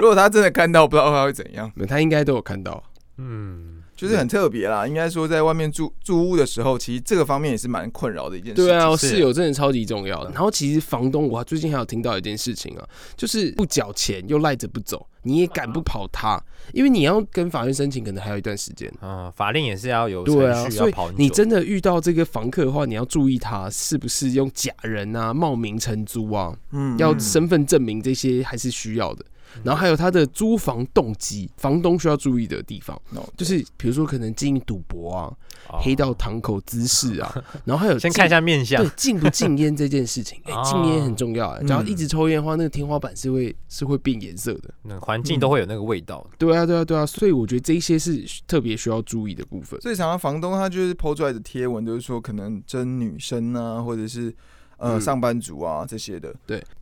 [SPEAKER 4] 如果他真的看到，不知道他会怎样。
[SPEAKER 3] 没有他应该都有看到。
[SPEAKER 2] 嗯，
[SPEAKER 4] 就是很特别啦。应该说，在外面住住屋的时候，其实这个方面也是嗯蛮困扰的一件事。
[SPEAKER 3] 对啊，
[SPEAKER 2] 是
[SPEAKER 3] 室友真的超级重要的。然后其实房东，我最近还有听到一件事情啊，就是不缴钱又赖着不走，你也赶不跑他，因为你要跟法院申请，可能还有一段时间。
[SPEAKER 2] 啊，法令也是要有程
[SPEAKER 3] 对啊，
[SPEAKER 2] 序
[SPEAKER 3] 所
[SPEAKER 2] 要
[SPEAKER 3] 以
[SPEAKER 2] 跑很久
[SPEAKER 3] 你真的遇到这个房客的话，你要注意他是不是用假人啊、冒名承租啊，
[SPEAKER 4] 嗯
[SPEAKER 3] 要身份证明这些还是需要的。然后还有他的租房动机，房东需要注意的地方，
[SPEAKER 4] 哦
[SPEAKER 3] 就是比如说可能经营赌博啊、
[SPEAKER 2] 哦
[SPEAKER 3] 黑道堂口滋 事啊，然后还有
[SPEAKER 2] 先看一下面相
[SPEAKER 3] 对，禁不禁烟这件事情， 哎、
[SPEAKER 2] 哦
[SPEAKER 3] 禁烟很重要、啊。
[SPEAKER 4] 嗯
[SPEAKER 3] 只要一直抽烟的话，那个天花板是会是会变颜色的。
[SPEAKER 2] 那嗯环境都会有那个味道。
[SPEAKER 3] 对啊，对啊，对啊，所以我觉得这一些是特别需要注意的部分。
[SPEAKER 4] 所以常常房东他就是抛出来的贴文，就是说可能真女生啊，或者是呃、
[SPEAKER 3] 嗯
[SPEAKER 4] 上班族啊这些的。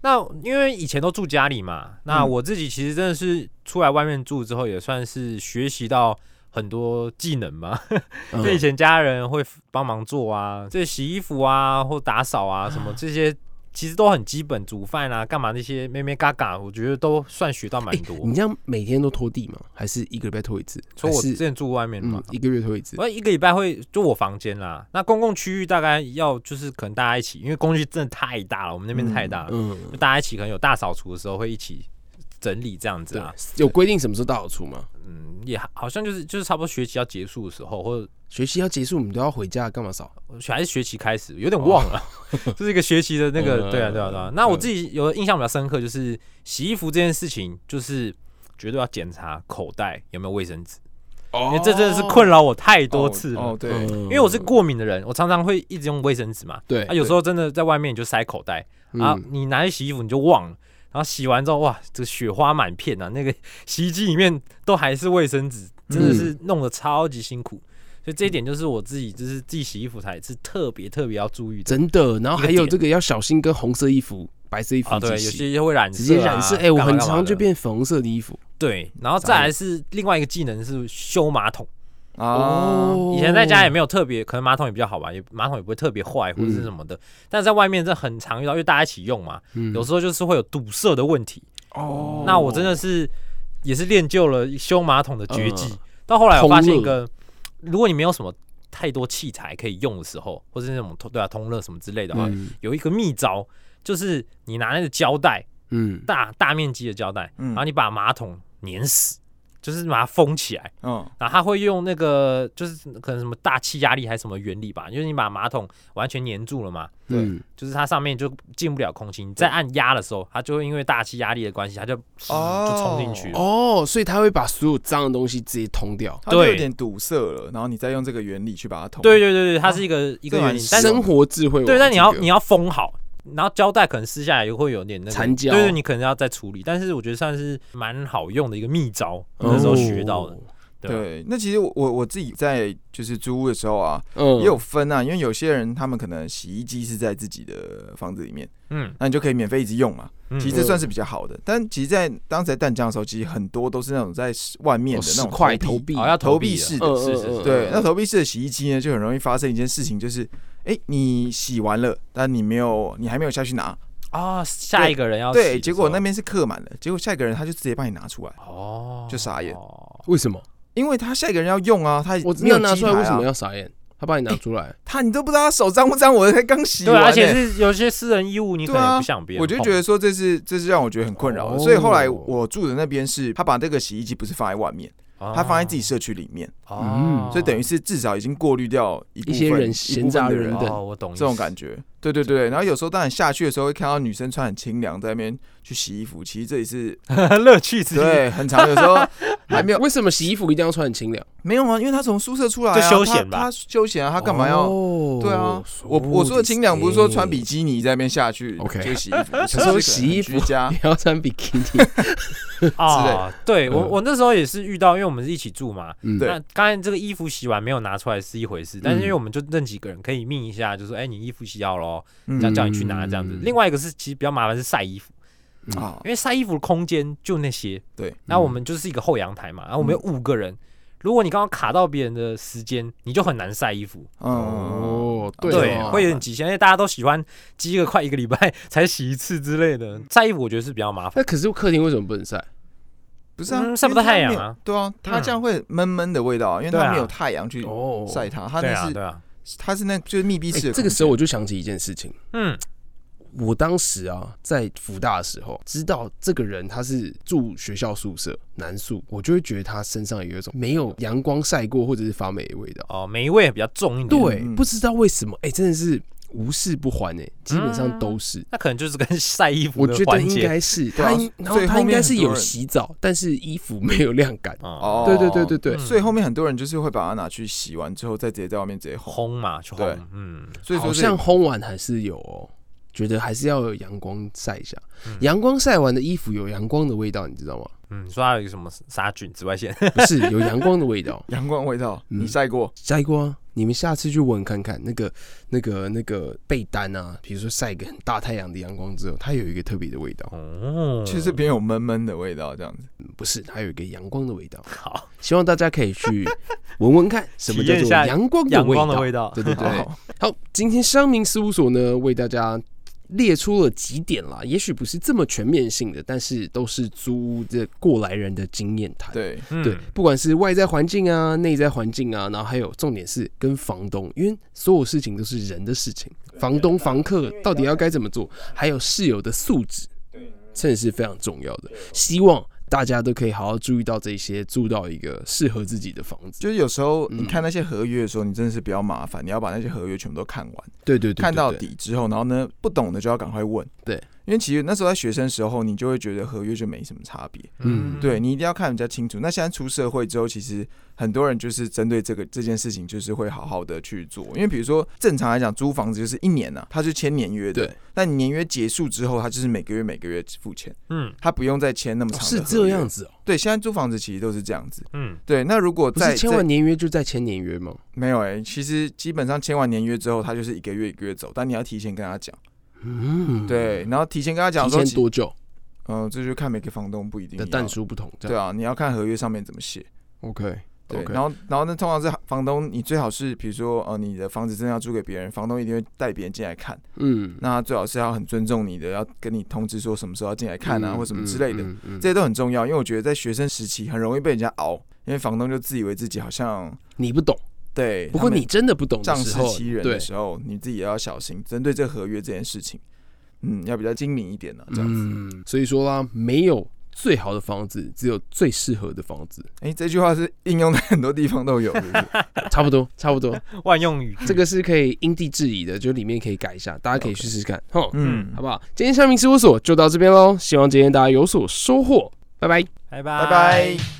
[SPEAKER 2] 那因为以前都住家里嘛，那
[SPEAKER 4] 嗯
[SPEAKER 2] 我自己其实真的是出来外面住之后，也算是学习到很多技能嘛。
[SPEAKER 3] 嗯
[SPEAKER 2] 因为以前家人会帮忙做啊，这洗衣服啊或打扫啊什么这些，其实都很基本，煮饭啊干嘛那些咩咩嘎嘎，我觉得都算学到蛮
[SPEAKER 3] 哎
[SPEAKER 2] 多。
[SPEAKER 3] 你这样每天都拖地吗？还是一个礼拜拖一次？
[SPEAKER 2] 所以我
[SPEAKER 3] 还
[SPEAKER 2] 之
[SPEAKER 3] 是
[SPEAKER 2] 前住外面嘛
[SPEAKER 3] 嗯，，一个月拖一次。
[SPEAKER 2] 我一个礼拜会就我房间啦。那公共区域大概要就是可能大家一起，因为公共区真的太大了，我们那边太大了，
[SPEAKER 3] 嗯，
[SPEAKER 2] 就大家一起可能有大扫除的时候会一起整理这样子
[SPEAKER 3] 对
[SPEAKER 2] 啊。，
[SPEAKER 3] 有规定什么时候大扫除吗？
[SPEAKER 2] 嗯，也好像就是就是差不多学期要结束的时候，或者
[SPEAKER 3] 学习要结束，我们都要回家，干嘛扫？
[SPEAKER 2] 还是学期开始，有点忘了， 这是一个学期的那个，
[SPEAKER 3] 哦 嗯
[SPEAKER 2] 对啊，对啊，对啊。那我自己有的印象比较深刻，就是洗衣服这件事情，就是绝对要检查口袋有没有卫生纸，因
[SPEAKER 3] 哦嗯
[SPEAKER 2] 为这真的是困扰我太多次
[SPEAKER 4] 哦
[SPEAKER 2] 了
[SPEAKER 4] 哦。对，
[SPEAKER 2] 因为我是过敏的人，我常常会一直用卫生纸嘛。
[SPEAKER 3] 对
[SPEAKER 2] 啊，有时候真的在外面你就塞口袋啊
[SPEAKER 3] 嗯，
[SPEAKER 2] 你拿去洗衣服你就忘了，然后洗完之后哇，这个雪花满片啊，那个洗衣机里面都还是卫生纸，真的是弄得超级辛苦。嗯所以这一点就是我自己，就是自己洗衣服才是特别特别要注意的。
[SPEAKER 3] 真的，然后还
[SPEAKER 2] 一个
[SPEAKER 3] 有
[SPEAKER 2] 点
[SPEAKER 3] 这个要小心跟红色衣服、白色衣服
[SPEAKER 2] 啊，
[SPEAKER 3] 一起
[SPEAKER 2] 对，有
[SPEAKER 3] 洗
[SPEAKER 2] 些会染色、啊，
[SPEAKER 3] 直接染色。哎、我
[SPEAKER 2] 干嘛
[SPEAKER 3] 很
[SPEAKER 2] 干嘛
[SPEAKER 3] 常就
[SPEAKER 2] 的
[SPEAKER 3] 变粉红色的衣服。
[SPEAKER 2] 对，然后再来是另外一个技能是修马桶。
[SPEAKER 4] 啊，
[SPEAKER 3] 哦
[SPEAKER 2] 以前在家也没有特别，可能马桶也比较好玩，也马桶也不会特别坏或者是什么的。但是在外面这很常遇到，因为大家一起用嘛，
[SPEAKER 3] 嗯
[SPEAKER 2] 有时候就是会有堵塞的问题。
[SPEAKER 3] 哦
[SPEAKER 2] 那我真的是也是练就了修马桶的绝技。
[SPEAKER 3] 嗯
[SPEAKER 2] 到后来我发现一
[SPEAKER 3] 通
[SPEAKER 2] 个，如果你没有什么太多器材可以用的时候，或者是那种通对啊通热什么之类的话，
[SPEAKER 3] 嗯
[SPEAKER 2] 有一个秘招，就是你拿那个胶带，
[SPEAKER 3] 嗯，
[SPEAKER 2] 大大面积的胶带，
[SPEAKER 4] 嗯
[SPEAKER 2] 然后你把马桶粘死，就是把它封起来。
[SPEAKER 4] 嗯，
[SPEAKER 2] 然后它会用那个就是可能什么大气压力还是什么原理吧，就是你把马桶完全粘住了嘛，
[SPEAKER 4] 对
[SPEAKER 3] 嗯
[SPEAKER 2] 就是它上面就进不了空气。你再按压的时候，它就会因为大气压力的关系，它就嗯
[SPEAKER 4] 哦
[SPEAKER 2] 就冲进去了。
[SPEAKER 3] 哦，所以他会把所有脏的东西直接通掉，
[SPEAKER 4] 它就有
[SPEAKER 2] 对
[SPEAKER 4] 点堵塞了，然后你再用这个原理去把它通。
[SPEAKER 2] 对对对对，它是一个一个
[SPEAKER 4] 哦这蛮
[SPEAKER 2] 原理，但是
[SPEAKER 3] 生活智慧网这
[SPEAKER 2] 对，
[SPEAKER 3] 个。
[SPEAKER 2] 但你要你要封好，然后胶带可能撕下来也会有点那个
[SPEAKER 3] 残胶
[SPEAKER 2] 对对，你可能要再处理。但是我觉得算是蛮好用的一个秘
[SPEAKER 4] 哦
[SPEAKER 2] 招，那时候学到的。对啊
[SPEAKER 4] 对，那其实我我我自己在就是租屋的时候啊，
[SPEAKER 3] 哦，嗯，
[SPEAKER 4] 也有分啊，因为有些人他们可能洗衣机是在自己的房子里面，
[SPEAKER 2] 嗯，
[SPEAKER 4] 那你就可以免费一直用嘛。
[SPEAKER 2] 嗯
[SPEAKER 4] 其实这算是比较好的。但其实，在当时在淡江的时候，其实很多都是那种在外面的那
[SPEAKER 3] 哦十
[SPEAKER 4] 种
[SPEAKER 3] 块
[SPEAKER 4] 投
[SPEAKER 3] 投
[SPEAKER 4] 币
[SPEAKER 3] 币，
[SPEAKER 2] 好要投
[SPEAKER 4] 投
[SPEAKER 2] 币
[SPEAKER 4] 币
[SPEAKER 2] 啊
[SPEAKER 4] 式
[SPEAKER 3] 嗯
[SPEAKER 4] 的。
[SPEAKER 3] 嗯
[SPEAKER 2] 是是
[SPEAKER 3] 嗯
[SPEAKER 4] 对
[SPEAKER 3] 嗯，
[SPEAKER 4] 那投币式的洗衣机呢，就很容易发生一件事情，就是，哎、你洗完了，但你没有，你还没有下去拿，
[SPEAKER 2] 啊，下一个人要洗
[SPEAKER 4] 对，
[SPEAKER 2] 的
[SPEAKER 4] 结果
[SPEAKER 2] 时
[SPEAKER 4] 那
[SPEAKER 2] 候
[SPEAKER 4] 边是刻满了，结果下一个人他就直接帮你拿出来，
[SPEAKER 2] 哦
[SPEAKER 4] 就傻眼
[SPEAKER 2] 哦
[SPEAKER 3] 为什么
[SPEAKER 4] 因为他下一个人要用啊，他
[SPEAKER 3] 我
[SPEAKER 4] 没有
[SPEAKER 3] 那拿
[SPEAKER 4] 机
[SPEAKER 3] 出来
[SPEAKER 4] 台
[SPEAKER 3] 为什
[SPEAKER 4] 啊
[SPEAKER 3] 么要傻眼？他帮你拿出来，
[SPEAKER 4] 他你都不知道他手脏不脏，我才刚洗
[SPEAKER 2] 对
[SPEAKER 4] 完、
[SPEAKER 2] 啊，
[SPEAKER 4] 欸。
[SPEAKER 2] 而且是有些私人衣物，你可
[SPEAKER 4] 对
[SPEAKER 2] 能
[SPEAKER 4] 啊
[SPEAKER 2] 不想别人
[SPEAKER 4] 我
[SPEAKER 2] 碰。
[SPEAKER 4] 就觉得说这是这是让我觉得很困扰的，
[SPEAKER 3] 哦
[SPEAKER 4] 所以后来我住的那边是他把这个洗衣机不是放在外面，
[SPEAKER 2] 啊
[SPEAKER 4] 他放在自己社区里面，
[SPEAKER 2] 哦
[SPEAKER 3] 嗯
[SPEAKER 4] 所以等于是至少已经过滤掉一部分
[SPEAKER 3] 一些人
[SPEAKER 4] 一
[SPEAKER 3] 闲
[SPEAKER 4] 部分
[SPEAKER 3] 杂
[SPEAKER 4] 的
[SPEAKER 3] 人
[SPEAKER 4] 人
[SPEAKER 3] 等
[SPEAKER 2] 哦，我懂
[SPEAKER 4] 这种感觉。对对对，然后有时候当然下去的时候会看到女生穿很清凉在那边去洗衣服，其实这也是
[SPEAKER 2] 觉，乐趣之一。
[SPEAKER 4] 对很长，有时候 还没有
[SPEAKER 3] 为什么洗衣服一定要穿很清凉？
[SPEAKER 4] 没有啊，因为他从宿舍出来、啊，
[SPEAKER 2] 就休闲吧
[SPEAKER 4] 他他休闲啊，他干嘛要？
[SPEAKER 3] 哦
[SPEAKER 4] 对啊，我我说的清凉不是说穿比基尼在那边下去
[SPEAKER 3] OK
[SPEAKER 4] 就洗衣服，
[SPEAKER 3] 想说
[SPEAKER 4] 是
[SPEAKER 3] 洗衣服
[SPEAKER 4] 居家
[SPEAKER 3] 你要穿比基尼，
[SPEAKER 2] 啊，对我
[SPEAKER 3] 嗯
[SPEAKER 2] 我那时候也是遇到，因为我们是一起住嘛。
[SPEAKER 3] 嗯，
[SPEAKER 4] 对
[SPEAKER 2] 那刚才这个衣服洗完没有拿出来是一回事，但是因为
[SPEAKER 3] 嗯
[SPEAKER 2] 我们就那几个人可以命一下，就说哎，你衣服洗好咯，
[SPEAKER 4] 嗯
[SPEAKER 2] 这样叫你去拿这样子
[SPEAKER 3] 嗯。
[SPEAKER 2] 另外一个是其实比较麻烦是晒衣服，
[SPEAKER 4] 啊，
[SPEAKER 2] 因为晒衣服的空间就那些，
[SPEAKER 4] 对，
[SPEAKER 2] 那我们就是一个后阳台嘛，然后我们有五个人。如果你刚刚卡到别人的时间，你就很难晒衣服，
[SPEAKER 4] 嗯，
[SPEAKER 3] 哦，
[SPEAKER 4] 对
[SPEAKER 2] 对，
[SPEAKER 3] 哦
[SPEAKER 2] 会有点极限，因为大家都喜欢积个快一个礼拜才洗一次之类的。晒衣服我觉得是比较麻烦。
[SPEAKER 3] 那可是客厅为什么不能晒？
[SPEAKER 4] 不是啊，
[SPEAKER 2] 嗯晒不到
[SPEAKER 4] 因为它
[SPEAKER 2] 太阳
[SPEAKER 4] 没有
[SPEAKER 2] 啊，
[SPEAKER 4] 对啊，它这样会闷闷的味道啊，因为
[SPEAKER 2] 对
[SPEAKER 4] 它
[SPEAKER 2] 啊
[SPEAKER 4] 没有太阳去
[SPEAKER 3] 哦
[SPEAKER 4] 晒它，它
[SPEAKER 2] 对啊，
[SPEAKER 4] 那
[SPEAKER 2] 对啊，
[SPEAKER 4] 是它是那就是密闭式
[SPEAKER 3] 欸
[SPEAKER 4] 的空
[SPEAKER 3] 这
[SPEAKER 4] 间，
[SPEAKER 3] 个时候我就想起一件事情，
[SPEAKER 2] 嗯，
[SPEAKER 3] 我当时啊在福大的时候，知道这个人他是住学校宿舍男宿，我就会觉得他身上有一种没有阳光晒过或者是发霉的味道。
[SPEAKER 2] 哦，霉味比较重一点。
[SPEAKER 3] 对，
[SPEAKER 4] 嗯
[SPEAKER 3] 不知道为什么，哎、真的是无事不还哎、基本上都是。
[SPEAKER 2] 那可能就是跟晒衣服
[SPEAKER 3] 我
[SPEAKER 2] 的
[SPEAKER 3] 觉得
[SPEAKER 2] 环
[SPEAKER 3] 应
[SPEAKER 2] 节。
[SPEAKER 3] 该是
[SPEAKER 4] 嗯对啊
[SPEAKER 3] 他应，然后
[SPEAKER 4] 所以后
[SPEAKER 3] 他
[SPEAKER 4] 面
[SPEAKER 3] 应该是
[SPEAKER 4] 很多
[SPEAKER 3] 有
[SPEAKER 4] 人
[SPEAKER 3] 洗澡，但是衣服没有晾干。
[SPEAKER 2] 哦，
[SPEAKER 4] 哦，
[SPEAKER 3] 对对对对对，
[SPEAKER 2] 嗯
[SPEAKER 4] 所以后面很多人就是会把它拿去洗完之后，再直接在外面直接烘，
[SPEAKER 2] 烘嘛，去
[SPEAKER 4] 对
[SPEAKER 2] 烘，嗯，
[SPEAKER 4] 所以
[SPEAKER 3] 好
[SPEAKER 4] 说
[SPEAKER 3] 像
[SPEAKER 4] 是
[SPEAKER 3] 烘完还是有哦，觉得还是要有阳光晒一下。阳光晒完的衣服有阳光的味道，你知道吗？
[SPEAKER 2] 嗯，你说它有一个什么杀菌紫外 线？
[SPEAKER 3] 不是有阳光的味道。
[SPEAKER 4] 阳光味道，
[SPEAKER 3] 嗯
[SPEAKER 4] 你晒过？
[SPEAKER 3] 晒过啊，你们下次去闻看看那个、那个、那个被单啊，比如说晒一个很大太阳的阳光之后，它有一个特别的味道，
[SPEAKER 2] 哦，
[SPEAKER 4] 其实这边有闷闷的味道，这样子。
[SPEAKER 3] 嗯不是，它有一个阳光的味道。
[SPEAKER 2] 好，
[SPEAKER 3] 希望大家可以去闻闻看，什么
[SPEAKER 2] 体
[SPEAKER 3] 叫
[SPEAKER 2] 验一
[SPEAKER 3] 做
[SPEAKER 2] 下
[SPEAKER 3] 阳光的
[SPEAKER 2] 阳
[SPEAKER 3] 味
[SPEAKER 2] 光的
[SPEAKER 3] 道。
[SPEAKER 2] 味道，
[SPEAKER 3] 对对对，
[SPEAKER 4] 好
[SPEAKER 3] 好，今天商明事务所呢为大家列出了几点啦，也许不是这么全面性的，但是都是租屋的过来人的经验谈。
[SPEAKER 4] 对，
[SPEAKER 2] 嗯
[SPEAKER 3] 对，不管是外在环境啊、内在环境啊，然后还有重点是跟房东，因为所有事情都是人的事情，房东、房客到底要该怎么做，还有室友的素质，
[SPEAKER 4] 嗯
[SPEAKER 3] 这是非常重要的。希望大家都可以好好注意到这些，住到一个适合自己的房子。
[SPEAKER 4] 就是有时候你
[SPEAKER 3] 嗯
[SPEAKER 4] 看那些合约的时候，你真的是比较麻烦，你要把那些合约全部都看完。
[SPEAKER 3] 对对对
[SPEAKER 4] 看到
[SPEAKER 3] 对对
[SPEAKER 4] 底之后，然后呢，不懂的就要赶快问。
[SPEAKER 3] 对，
[SPEAKER 4] 因为其实那时候在学生时候，你就会觉得合约就没什么差别。
[SPEAKER 3] 嗯
[SPEAKER 4] 对你一定要看人家清楚。那现在出社会之后，其实很多人就是针对这个这件事情，就是会好好的去做。因为比如说，正常来讲，租房子就是一年啊，它是签年约的。
[SPEAKER 3] 对，
[SPEAKER 4] 那你年约结束之后，它就是每个月每个月付钱，
[SPEAKER 2] 嗯
[SPEAKER 4] 它不用再签那么
[SPEAKER 3] 哦
[SPEAKER 4] 长、
[SPEAKER 3] 是这样
[SPEAKER 4] 子。
[SPEAKER 3] 子哦，
[SPEAKER 4] 对，现在租房子其实都是这样子。
[SPEAKER 2] 嗯，
[SPEAKER 4] 对，那如果
[SPEAKER 3] 不
[SPEAKER 4] 在
[SPEAKER 3] 是签
[SPEAKER 4] 在
[SPEAKER 3] 完年约就再签年约吗？
[SPEAKER 4] 没有哎、其实基本上签完年约之后，他就是一个月一个月走，但你要提前跟他讲，
[SPEAKER 3] 嗯，，
[SPEAKER 4] 对，然后提前跟他讲
[SPEAKER 3] 提
[SPEAKER 4] 说
[SPEAKER 3] 前
[SPEAKER 4] 其，
[SPEAKER 3] 多久
[SPEAKER 4] 嗯、这就看每个房东不一定
[SPEAKER 3] 的
[SPEAKER 4] 要
[SPEAKER 3] 但书不同，这
[SPEAKER 4] 对
[SPEAKER 3] 样
[SPEAKER 4] 啊，你要看合约上面怎么写，
[SPEAKER 3] OK。
[SPEAKER 4] 对
[SPEAKER 3] OK，
[SPEAKER 4] 然后然后那通常是房东，你最好是比如说呃你的房子真的要租给别人，房东一定会带别人进来看，
[SPEAKER 3] 嗯，
[SPEAKER 4] 那他最好是要很尊重你的，要跟你通知说什么时候要进来看啊、
[SPEAKER 3] 嗯
[SPEAKER 4] 或什么之类
[SPEAKER 3] 嗯
[SPEAKER 4] 的，，
[SPEAKER 3] 嗯嗯
[SPEAKER 4] 这些都很重要，因为我觉得在学生时期很容易被人家熬，因为房东就自以为自己好像
[SPEAKER 3] 你不懂，
[SPEAKER 4] 对，
[SPEAKER 3] 不过
[SPEAKER 4] 他们
[SPEAKER 3] 你真的不懂的
[SPEAKER 4] 仗
[SPEAKER 3] 时
[SPEAKER 4] 势
[SPEAKER 3] 候，
[SPEAKER 4] 欺人
[SPEAKER 3] 对
[SPEAKER 4] 的，时候，你自己也要小心，针对这合约这件事情，嗯，要比较精明一点呢、这样子。
[SPEAKER 3] 嗯，所以说啦，没有最好的房子，只有最适合的房子，
[SPEAKER 4] 哎、这句话是应用在很多地方都有，是不是
[SPEAKER 3] 差不多，差不多，
[SPEAKER 2] 嗯万用语句
[SPEAKER 3] 这个是可以因地制宜的，就里面可以改一下，大家可以去试试看，吼，
[SPEAKER 4] 嗯
[SPEAKER 3] 好，不好？今天香明事务所就到这边喽，希望今天大家有所收获，拜拜。
[SPEAKER 2] 拜拜
[SPEAKER 4] 拜拜。